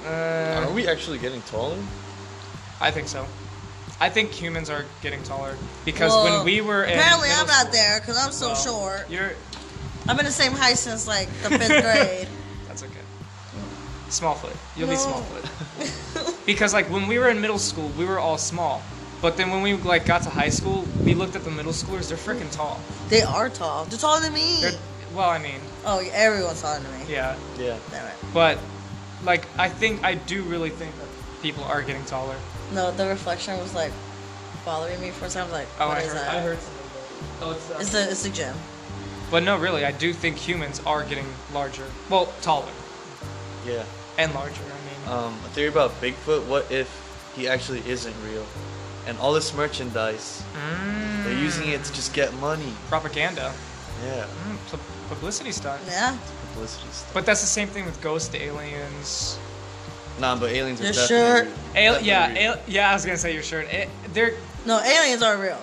Are
Uh,
we actually getting taller?
I think so. I think humans are getting taller because
Well,
when we were in
apparently
middle
I'm not
school-
there because I'm so
Well,
short.
You're
I'm in the same height since like the fifth grade.
that's okay. Small foot. You'll be
No.
small foot. because like when we were in middle school, we were all small. But then when we like got to high school, we looked at the middle schoolers. They're freaking tall.
They are tall. They're taller than me.
They're, well, I mean,
Oh, yeah, everyone's taller than me.
yeah.
Yeah.
Damn it.
But like I think I do really think that people are getting taller.
No, the reflection was like bothering me for a second. I was like,
Oh,
what
I
is
heard.
that?
I heard. something. Oh, it's, uh,
It's the it's the gym.
But no, really, I do think humans are getting larger. Well, taller
Yeah.
and larger. I mean, Uh,
Um, a theory about Bigfoot. What if he actually isn't real? And all this merchandise, they're
Mm.
using it to just get money.
propaganda,
Yeah.
mm, pu- publicity stunt.
Yeah.
Publicity stuff.
But that's the same thing with ghost aliens.
Nah, but aliens are
Your
definitely.
shirt.
real.
Ale-
Definitely
yeah,
real.
al- yeah. I was gonna say your shirt. A- they're.
No, aliens are real.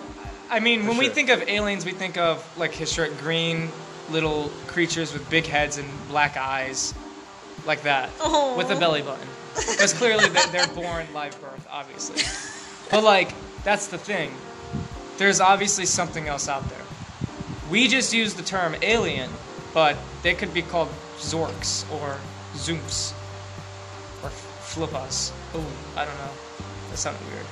I mean,
For
when we
sure.
think of aliens, we think of like historic green little creatures with big heads and black eyes, like that,
Aw.
with a belly button. Because clearly they- they're born live birth, obviously. But like, that's the thing. There's obviously something else out there. We just use the term alien, but they could be called Zorks or Zoomps or Flippas. Oh, I don't know. That sounded weird.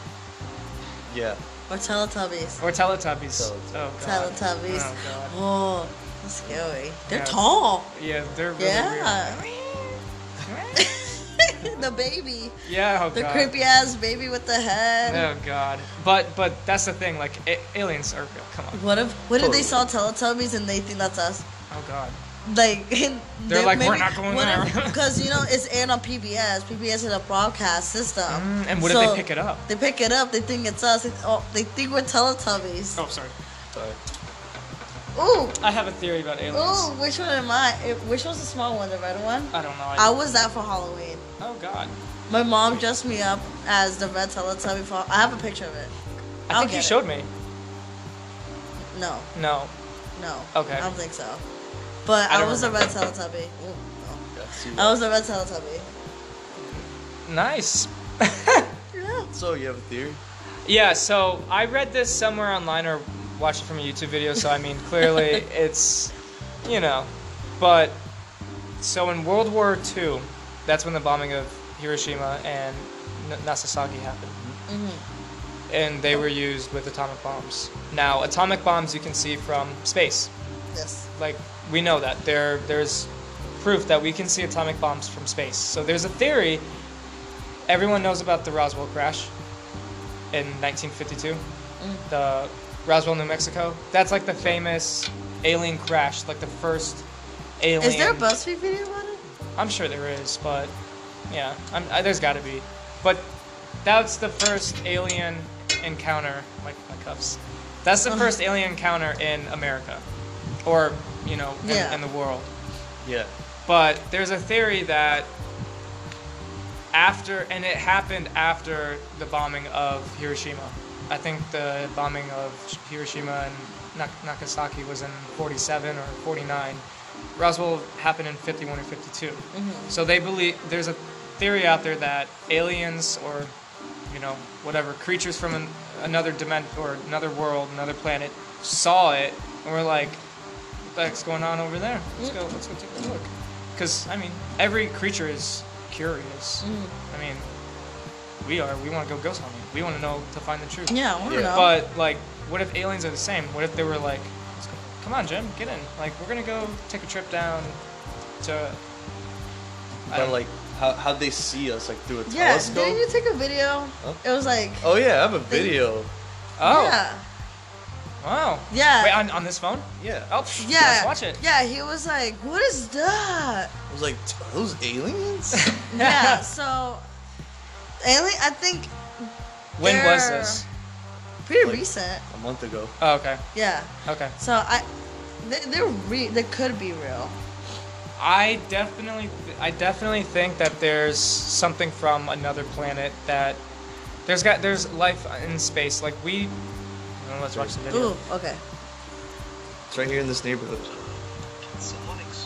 Yeah.
Or Teletubbies.
Or Teletubbies.
Teletubbies.
Oh, God.
Teletubbies.
Oh, God.
Oh, that's scary. They're
Yeah.
tall.
Yeah, they're really
Yeah.
weird.
the baby.
Yeah, oh
The
god.
creepy ass baby with the head.
Oh god. But but that's the thing. Like a- aliens are real. Come on.
What if what if they saw Teletubbies and they think that's us?
Oh god.
Like
They're like, "We're not going there."
because you know it's aired on PBS. PBS is a broadcast system.
Mm, and what if they pick it up?
They pick it up. They think it's us. They, oh, they think we're Teletubbies.
Oh sorry.
Sorry.
Ooh,
I have a theory about aliens.
ooh, which one am I? Eh, Which one's the small one? The red one?
I don't know. I,
I was that for Halloween.
oh god.
My mom dressed me up as the red Teletubby. For, I have a picture of it.
I
I'll
think
get
you
it.
showed me.
No,
No.
no.
Okay.
I don't think so. But
I
I,
don't
was a red Teletubby. Ooh, no.
Yeah, see
I was a red Teletubby.
Nice.
Yeah.
So you have a theory?
Yeah, so I read this somewhere online or watched it from a YouTube video, so I mean, clearly it's, you know. But, so in World War II, that's when the bombing of Hiroshima and N- Nagasaki happened. And they were used with atomic bombs. Now, atomic bombs you can see from space.
Yes.
Like, we know that. There, there's proof that we can see atomic bombs from space. So there's a theory. Everyone knows about the Roswell crash in 1952,
Mm.
the Roswell, New Mexico. That's like the famous alien crash, like the first alien.
Is there a BuzzFeed video about it?
I'm sure there is, but yeah, I'm, I, there's got to be. But that's the first alien encounter. My, my cuffs. That's the first alien encounter in America, or you know, in,
Yeah.
in the world.
Yeah.
But there's a theory that after, and it happened after the bombing of Hiroshima. I think the bombing of Hiroshima and Nak- Nagasaki was in 47 or 49. Roswell happened in 51 or 52. So they believe there's a theory out there that aliens or you know whatever creatures from an, another dimension or another world, another planet saw it and were like, "What the heck's going on over there? Let's go. Let's go take a look." Because I mean, every creature is curious.
Mm.
I mean, we are. We want to go ghost hunting. We want to know to find the truth.
Yeah, I don't
Yeah.
know.
But like, what if aliens are the same? What if they were like, "Let's go- "Come on, Jim, get in. Like, we're gonna go take a trip down to." I
But
don't-
like, how how they see us like through a
yeah,
telescope?
didn't you take a video?
Huh?
It was like,
oh yeah, I have a video.
oh
yeah,
wow
Yeah.
wait on, on this phone.
Yeah.
Oh pff,
yeah,
let's watch it.
Yeah, he was like, "What is that?"
I was like, "Are those aliens?
yeah, so alien. I think
When was
they're-
this?
pretty
Like-
recent.
a month ago.
Oh, okay.
Yeah.
Okay.
So I, they, they're re- they could be real.
I definitely, I definitely think that there's something from another planet that there's got there's life in space. Like we, well, let's watch the video.
Ooh, okay.
It's right here in this neighborhood.
Someone explain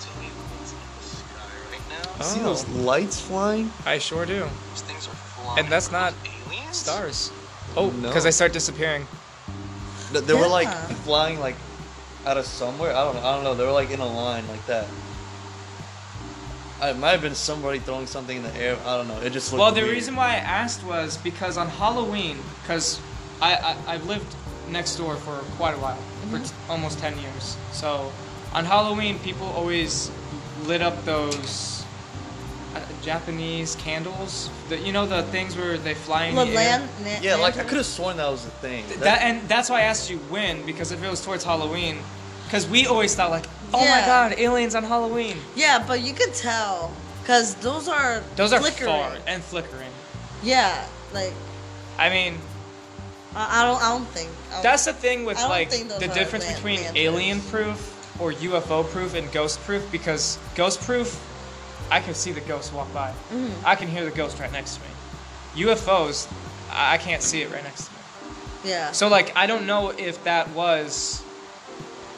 to me what's in the sky right now?
Oh.
See those lights flying?
I sure do.
Those things are flying.
And that's not
aliens.
stars. Oh,
No.
because they start disappearing.
Th- They were like
Yeah.
flying like out of somewhere. I don't know. I don't know. They were like in a line like that. It might have been somebody throwing something in the air. I don't know. It just looked
Well, the
weird.
reason why I asked was because on Halloween, because I, I I've lived next door for quite a while, for t-
Mm-hmm.
almost ten years. So on Halloween, people always lit up those uh, Japanese candles. The, you know the things where they fly in
La-
the air.
land- na-
Yeah, like I
lantern?
could have sworn that was the thing.
That, and that's why I asked you when because if it was towards Halloween, because we always thought like, oh my
Yeah.
god, aliens on Halloween.
Yeah, but you could tell because those are
Those are
flickering.
far and flickering.
Yeah, like
I mean,
I, I don't I don't think I don't-
That's the thing with
I don't
like
think those
the
are
difference
land-
between
land
alien proof or UFO proof and ghost proof because ghost proof, I can see the ghost walk by.
Mm-hmm.
I can hear the ghost right next to me. UFOs, I I can't see it right next to me.
yeah.
So like I don't know if that was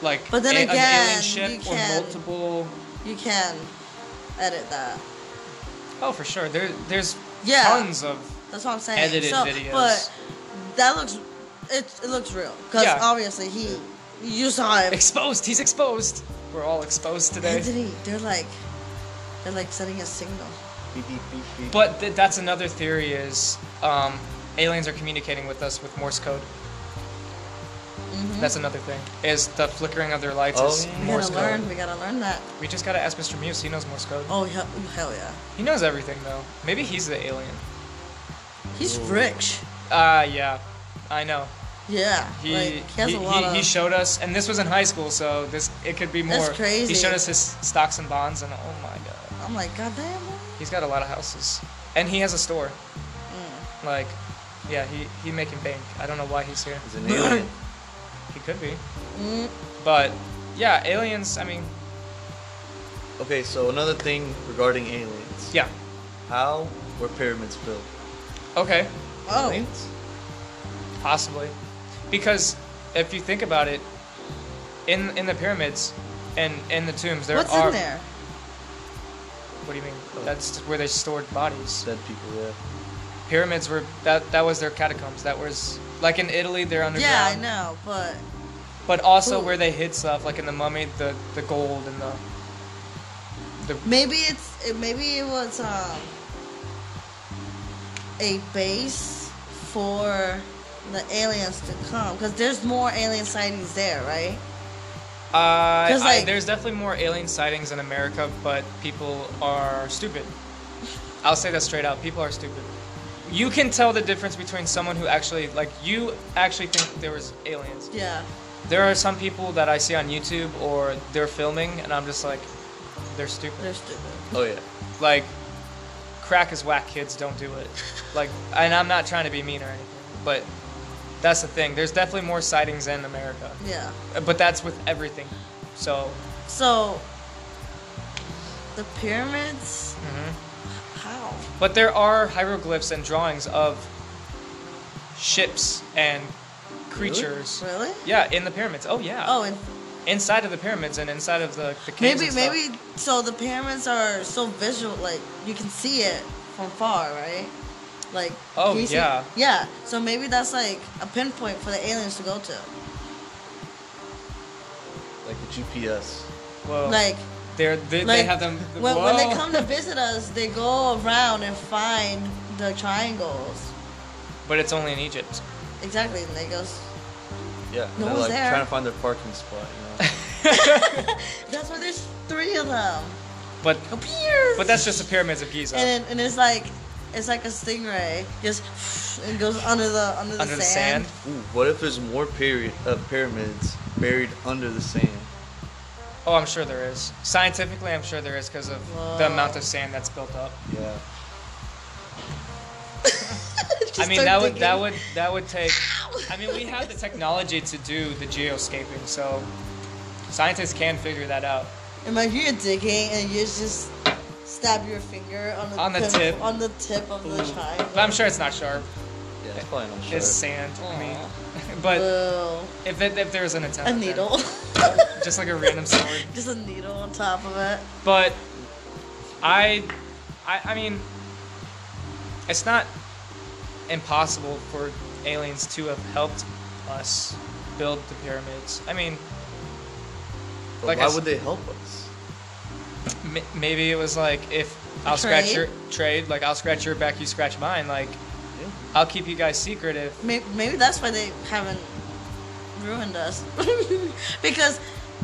like
But then
a- an alien
again,
ship
you
or
can-
multiple.
you can edit that.
Oh, for sure. There there's
Yeah.
tons of
That's what I'm saying.
edited
so,
videos.
But that looks it, it looks real because
Yeah.
obviously he you saw him.
exposed. He's exposed. We're all exposed today.
Anthony, they're like they're like sending a signal.
Beep, beep, beep, beep.
But th- that's another theory is um, aliens are communicating with us with Morse code.
Mm-hmm.
That's another thing. Is the flickering of their lights
Oh,
is
yeah.
We
Morse
gotta
code.
learn. We gotta learn that.
We just gotta ask Mr. Muse. He knows Morse code.
Oh hell, hell yeah.
He knows everything though. Maybe he's the alien.
He's rich.
Ah, yeah, I know.
Yeah.
He
like, he has
he,
a lot
he,
of.
he showed us, and this was in high school, so this it could be more.
That's
He
crazy.
showed us his stocks and bonds, and oh my god,
I'm like, goddamn. man."
he's got a lot of houses, and he has a store.
Mm.
Like, yeah, he he making bank. I don't know why he's here.
It's an alien.
He could be.
Mm.
But yeah, aliens. I mean,
Okay, so another thing regarding aliens.
yeah.
How were pyramids built?
Okay,
Oh,
Aliens?
possibly, because if you think about it, in in the pyramids, and in the tombs, there
what's
are.
in there?
What do you mean? That's where they stored bodies.
Dead people, yeah.
Pyramids were that that was their catacombs. That was like in Italy, they're underground.
Yeah, I know, but
But also
Ooh.
where they hid stuff, like in the Mummy, the the gold and the. The,
maybe it's it, maybe it was um a base for the aliens to come because there's more alien sightings there, right?
uh, I-
like-
there's definitely more alien sightings in America, but people are stupid. I'll say that straight out. People are stupid. You can tell the difference between someone who actually, like, you actually think there was aliens.
Yeah.
There are some people that I see on YouTube or they're filming, and I'm just like, they're stupid.
They're stupid.
Oh, yeah.
like crack is whack kids don't do it like and i'm not trying to be mean or anything but that's the thing there's definitely more sightings in america
Yeah.
but that's with everything so
So the pyramids. How?
but there are hieroglyphs and drawings of ships and creatures
Really?
yeah in the pyramids oh yeah
Oh, and
inside of the pyramids and inside of the, the caves
maybe
and stuff.
maybe so the pyramids are so visual, like you can see it from far, right? Like
Oh,
can you see-
yeah.
yeah. So maybe that's like a pinpoint for the aliens to go to.
Like a GPS.
Whoa.
Like
they're they, Oh. they
like,
have them
when, when they
whoa.
come to visit us, they go around and find the triangles.
but it's only in egypt
Exactly, and they goes.
Yeah.
No
they're
one's
like
there.
trying to find their parking spot, you know?
That's why there's three of them.
but
Go pew!
but that's just the pyramids of giza
and then, and it's like it's like a stingray just it goes under the under the
under the
sand.
sand
Ooh, what if there's more period, uh, pyramids buried under the sand?
Oh, I'm sure there is. Scientifically, I'm sure there is because of the
Whoa.
amount of sand that's built up.
Yeah.
Just
I mean,
start
that would
digging.
that would that would take I mean, we have the technology to do the geoscaping, so scientists can figure that out.
And like you're digging and you just stab your finger on the,
On the
tip,
tip.
on the tip of the triangle.
But I'm sure it's not sharp.
Yeah, it's probably not sure.
It's sand. I mean, but
Boo.
if, it, if there's an attempt,
Uh,
then
a needle,
just like a random sword.
just a needle on top of it.
But I, I, I mean, it's not impossible for aliens to have helped us build the pyramids. I mean,
But
like I
why
s-
would they help us?
m- maybe it was like if I'll scratch your trade, like I'll scratch your back, you scratch mine. Like I'll keep you guys secret if
Maybe, maybe that's why they haven't ruined us. because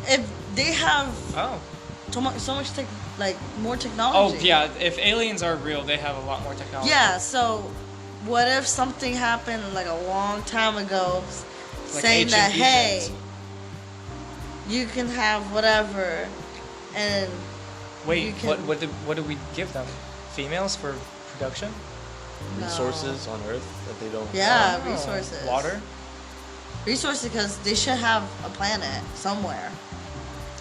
if they have
oh
so much, so much tech, like more
oh
technology.
yeah, if aliens are real, they have a lot more technology.
Yeah. So, what if something happened like a long time ago, s-
Like
saying that
ancient
hey,
Egypt.
you can have whatever, and you
Wait,
can-
what what did what do we give them? Females for production?
No.
Resources on Earth that they don't.
yeah,
have?
Oh,
Uh, resources,
Water.
resources, because they should have a planet somewhere.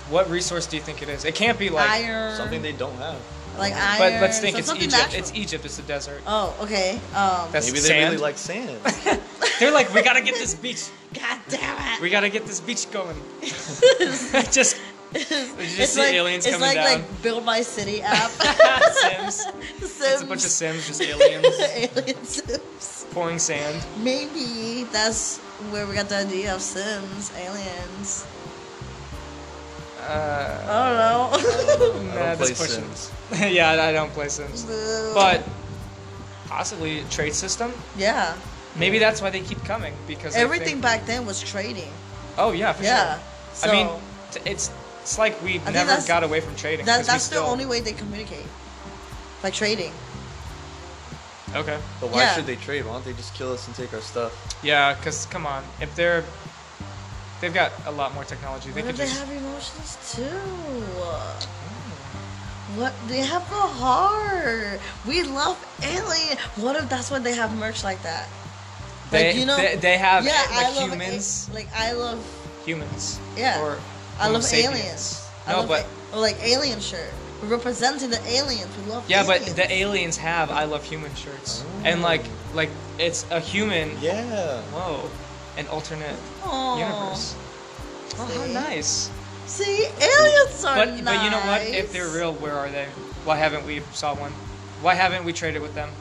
What resource do you think it is? It can't be like.
iron,
Something they don't have.
like iron.
But let's think
so
it's
something
Egypt.
natural.
It's Egypt. It's a desert.
Oh, okay. Um,
That's
Maybe they
sand.
really like sand.
They're like, we gotta get this beach.
God damn it!
We gotta get this beach going. Just you just
it's
see
like,
aliens
it's
coming
like,
down.
like build my city app.
Sims.
Sims.
It's a bunch of Sims, just aliens
alien Sims.
pouring sand.
Maybe that's where we got the idea of Sims aliens.
Uh,
I don't
nah,
know.
I don't
that's
play
pushing.
Sims.
yeah, I don't play Sims. But possibly a trade system.
yeah,
Maybe that's why they keep coming because they
everything
think-
back then was trading.
oh yeah, for
Yeah,
sure.
so
I mean, t- it's it's like we
think
never
that's-
got away from trading.
that,
'cause we
that's the
still-
only way they communicate by trading.
Okay.
But why
Yeah.
should they trade? Why don't they just kill us and take our stuff?
Yeah, because come on, if they're they've got a lot more technology, they
What
could
if they
just
have emotions too?
Hmm.
What they have a heart. We love alien. What if that's why they have merch like that?
they,
like, you know-
they they have
yeah,
like
I love
humans,
A, like I love
humans.
Yeah.
Or
I
Homo
love
sapiens.
aliens. I
No,
love
but
a- or like alien shirt. We're representing the aliens. We love
yeah, but
aliens.
the aliens have I love human shirts, and like like it's a human.
Yeah.
Whoa, an alternate
Aw.
universe. Oh, how
See?
nice.
See, aliens are
But but you know what? If they're
nice.
real, where are they? Why haven't we saw one? Why haven't we traded with them?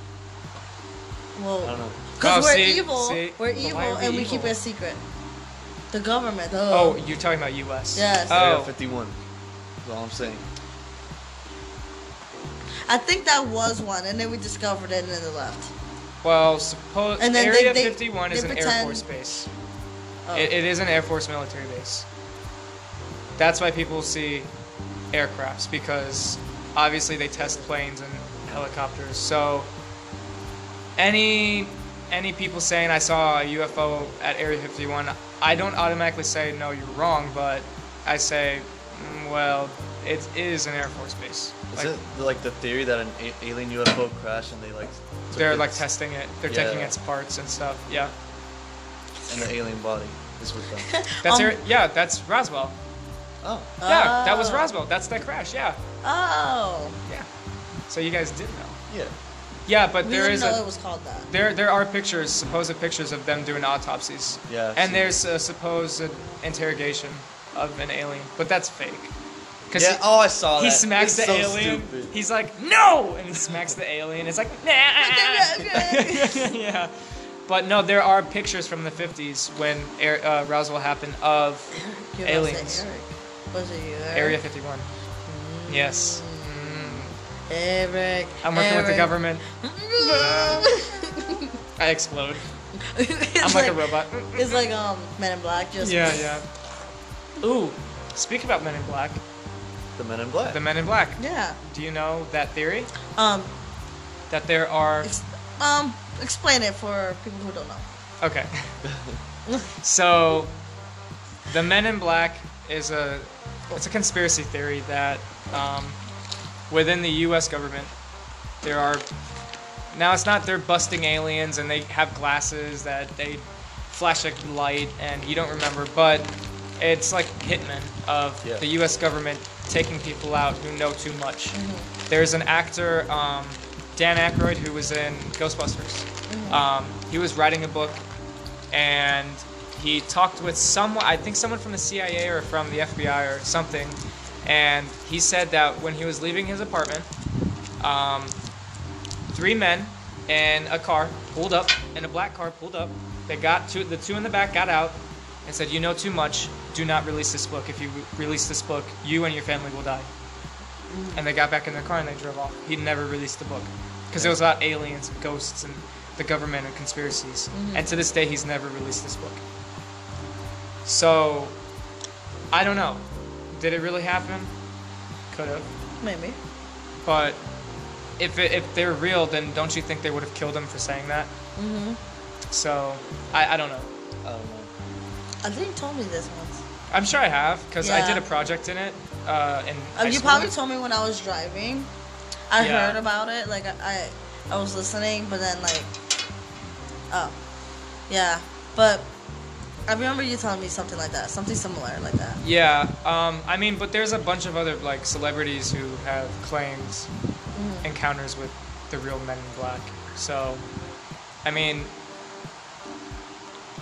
Well,
I don't know.
Because
Oh,
we're
see,
evil.
see?
We're
But why
evil
are we
and we keep
evil?
it a secret. The government. Ugh.
Oh, you're talking about U.S.
Yes.
Area
Oh,
51. That's all I'm saying.
I think that was one, and then we discovered it and then they left.
Well, suppose
And then they-
Area
they-
51 is
they
an Air
pretend-
Force base.
Oh.
It, it is an Air Force military base. That's why people see aircrafts because obviously they test planes and helicopters. So any any people saying I saw a UFO at Area 51, I don't automatically say no, you're wrong, but I say, "Mm, well, it is an Air Force base.
Is
Like,
it like the theory that an a- alien UFO crashed and they like took
they're
its-
like testing it. They're
Yeah.
taking its parts and stuff. Yeah.
and the alien body is with them?
That's
Um,
Air- yeah, that's Roswell.
oh,
Yeah, that was
Oh.
Roswell. That's that crash. Yeah,
Oh.
yeah. So you guys did know.
yeah.
Yeah, but
We
there
didn't
is
know
a
it was called that.
there there are pictures, supposed pictures of them doing autopsies.
Yeah, I've
And
seen
there's a supposed interrogation of an alien, but that's fake. Cause
Yeah.
he,
oh, I saw
he
that.
smacks the
It's so
alien.
Stupid.
He's like, no, and he smacks the alien. It's like, nah. yeah. But no, there are pictures from the 50s when Air, uh, Roswell happened of
You know,
aliens.
I said Eric. Was it you? Eric?
Area 51. Yes.
Eric.
I'm working with the
Eric.
government. I explode.
It's
I'm like, a robot.
It's like um Men in Black. Just
Yeah, yeah. Ooh, speak about Men in Black.
the Men in Black.
The Men in Black.
Yeah.
Do you know that theory?
Um.
That there are.
Ex- um. Explain it for people who don't know.
Okay. so, the Men in Black is a it's a conspiracy theory that um, within the U.S. government there are now it's not they're busting aliens and they have glasses that they flash a light and you don't remember, but it's like hitmen of
Yeah.
the U.S. government taking people out who know too much. There's an actor, um, Dan Aykroyd, who was in Ghostbusters. Um, he was writing a book, and he talked with someone. I think someone from the CIA or from the FBI or something. And he said that when he was leaving his apartment, um, three men in a car pulled up, in a black car pulled up. They got two, the two in the back got out and said, "You know too much. Do not release this book. If you re- release this book, you and your family will die." And they got back in their car and they drove off. He never released the book because it was about aliens and ghosts and the government and conspiracies.
Mm-hmm.
And to this day, he's never released this book. So, I don't know. Did it really happen? Could have.
Maybe.
But if it, if they're real, then don't you think they would have killed him for saying that? Mm-hmm. So I, I don't know.
I don't know.
I think you told me this once.
I'm sure I have because I did a
Yeah.
project in it. Uh, in
Uh,
high
you
school.
probably told me when I was driving. I
Yeah.
heard about it. Like I, I, I was listening, but then like, oh, yeah. But I remember you telling me something like that, something similar like that.
Yeah, um, I mean, but there's a bunch of other like celebrities who have claimed
Mm-hmm.
encounters with the real Men in Black. So, I mean,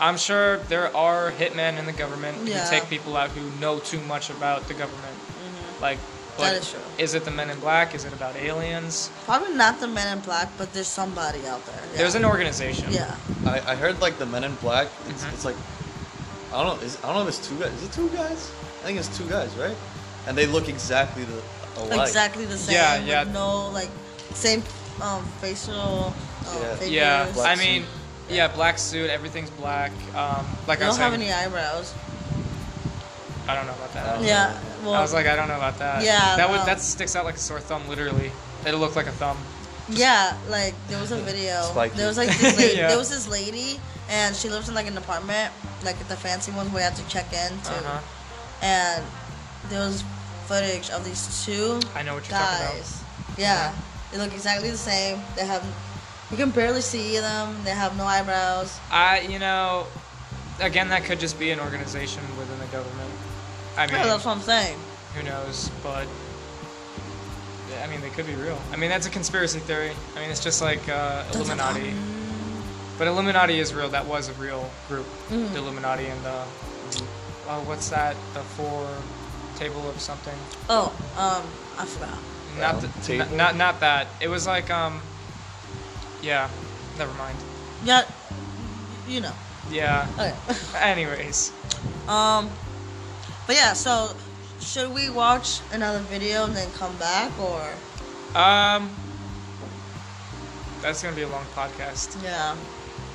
I'm sure there are hitmen in the government
Yeah.
who take people out who know too much about the government. Like, but
Mm-hmm. That is true.
is it the Men in Black? Is it about aliens?
Probably not the Men in Black, but there's somebody out there. Yeah.
There's an organization.
yeah.
I, I heard like the Men in Black. It's,
Mm-hmm.
it's like I don't know. Is, I don't know if it's two guys. Is it two guys? I think it's two guys, right? And they look exactly the alike.
exactly the same.
Yeah,
with
yeah.
No, like same um, facial. Um,
Yeah.
figures.
Yeah,
Black
I mean, yeah, black suit, everything's black. Um, like
they
I
don't
was
have
saying,
any eyebrows.
I don't know about that.
Oh.
Yeah. Well,
I was like, I don't know about that.
Yeah,
That would
no.
that sticks out like a sore thumb, literally. It'll look like a thumb.
Yeah, like there was a video.
Spiky.
There was like this lady,
Yeah.
there was this lady, and she lives in like an apartment, like the fancy one where you have to check in to.
Uh-huh.
And there was footage of these two
I know what you're talking about.
guys. Yeah, they look exactly the same. They have, you can barely see them. They have no eyebrows.
I, you know, again, that could just be an organization within the government. I mean,
Yeah, that's what I'm saying.
who knows? But yeah, I mean, they could be real. I mean, that's a conspiracy theory. I mean, it's just like uh, Illuminati. But Illuminati is real. That was a real group.
Mm.
The Illuminati and the oh, what's that? The four table of something.
Oh, um, I forgot.
Not
Round
the,
table?
not, not not that. It was like um. Yeah, never mind.
Yeah, you know.
Yeah.
Okay.
Anyways,
Um, but yeah, so should we watch another video and then come back, or
um, that's gonna be a long podcast.
yeah,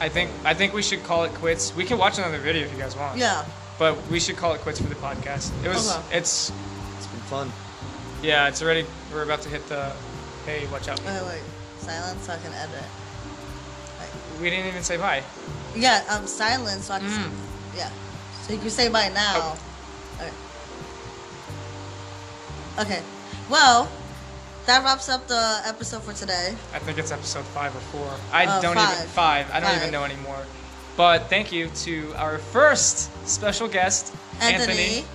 I think I think we should call it quits. We can watch another video if you guys want.
yeah,
But we should call it quits for the podcast. It was
Okay.
it's
It's been fun.
yeah it's already we're about to hit the hey watch out
wait, wait, silence so I can edit.
we didn't even say bye.
Yeah, um, silence so I can.
Mm.
Yeah, so you can say bye now. Okay. Okay. Well, that wraps up the episode for today.
I think it's episode five or four. I
Uh,
don't even five.
five.
I don't even
Five.
know anymore. But thank you to our first special guest,
Anthony.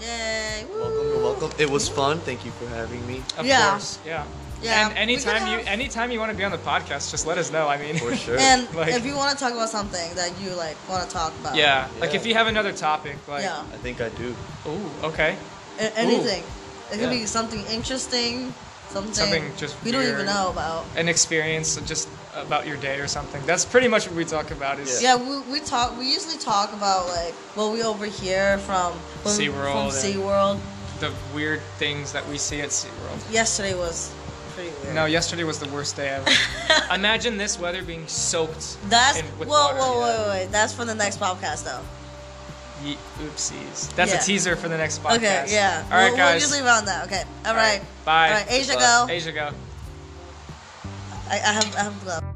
Yay! Woo.
Welcome, you're welcome. It was fun. Thank you for having me.
Of
Yeah.
course, yeah.
Yeah,
And
we
anytime
could
you
have-
anytime you want to be on the podcast, just let us know. I mean,
For sure.
And
Like-
if you want to talk about something that you like want to talk about,
yeah, like
Yeah.
if you have another topic, like
yeah,
I think I do.
ooh, okay,
A- anything. It could
Yeah.
be something interesting, something,
Something just
we don't even
weird.
know about.
an experience just about your day or something. That's pretty much what we talk about. Is
Yeah, we, we talk. We usually talk about like what we overhear from when we-
SeaWorld
From
and-
SeaWorld.
the weird things that we see at SeaWorld.
Yesterday was pretty weird.
No, yesterday was the worst day ever. Imagine this weather being soaked.
That's
in,
whoa,
with
whoa,
water.
whoa, wait, wait. That's for the next podcast, though.
Ye- oopsies. That's
Yeah.
a teaser for the next podcast.
Okay, yeah.
All right,
we'll,
guys.
We'll usually round that. Okay. All right.
Bye.
All right, Asia,
Bye.
go.
Asia, go.
I, I have, I have to go.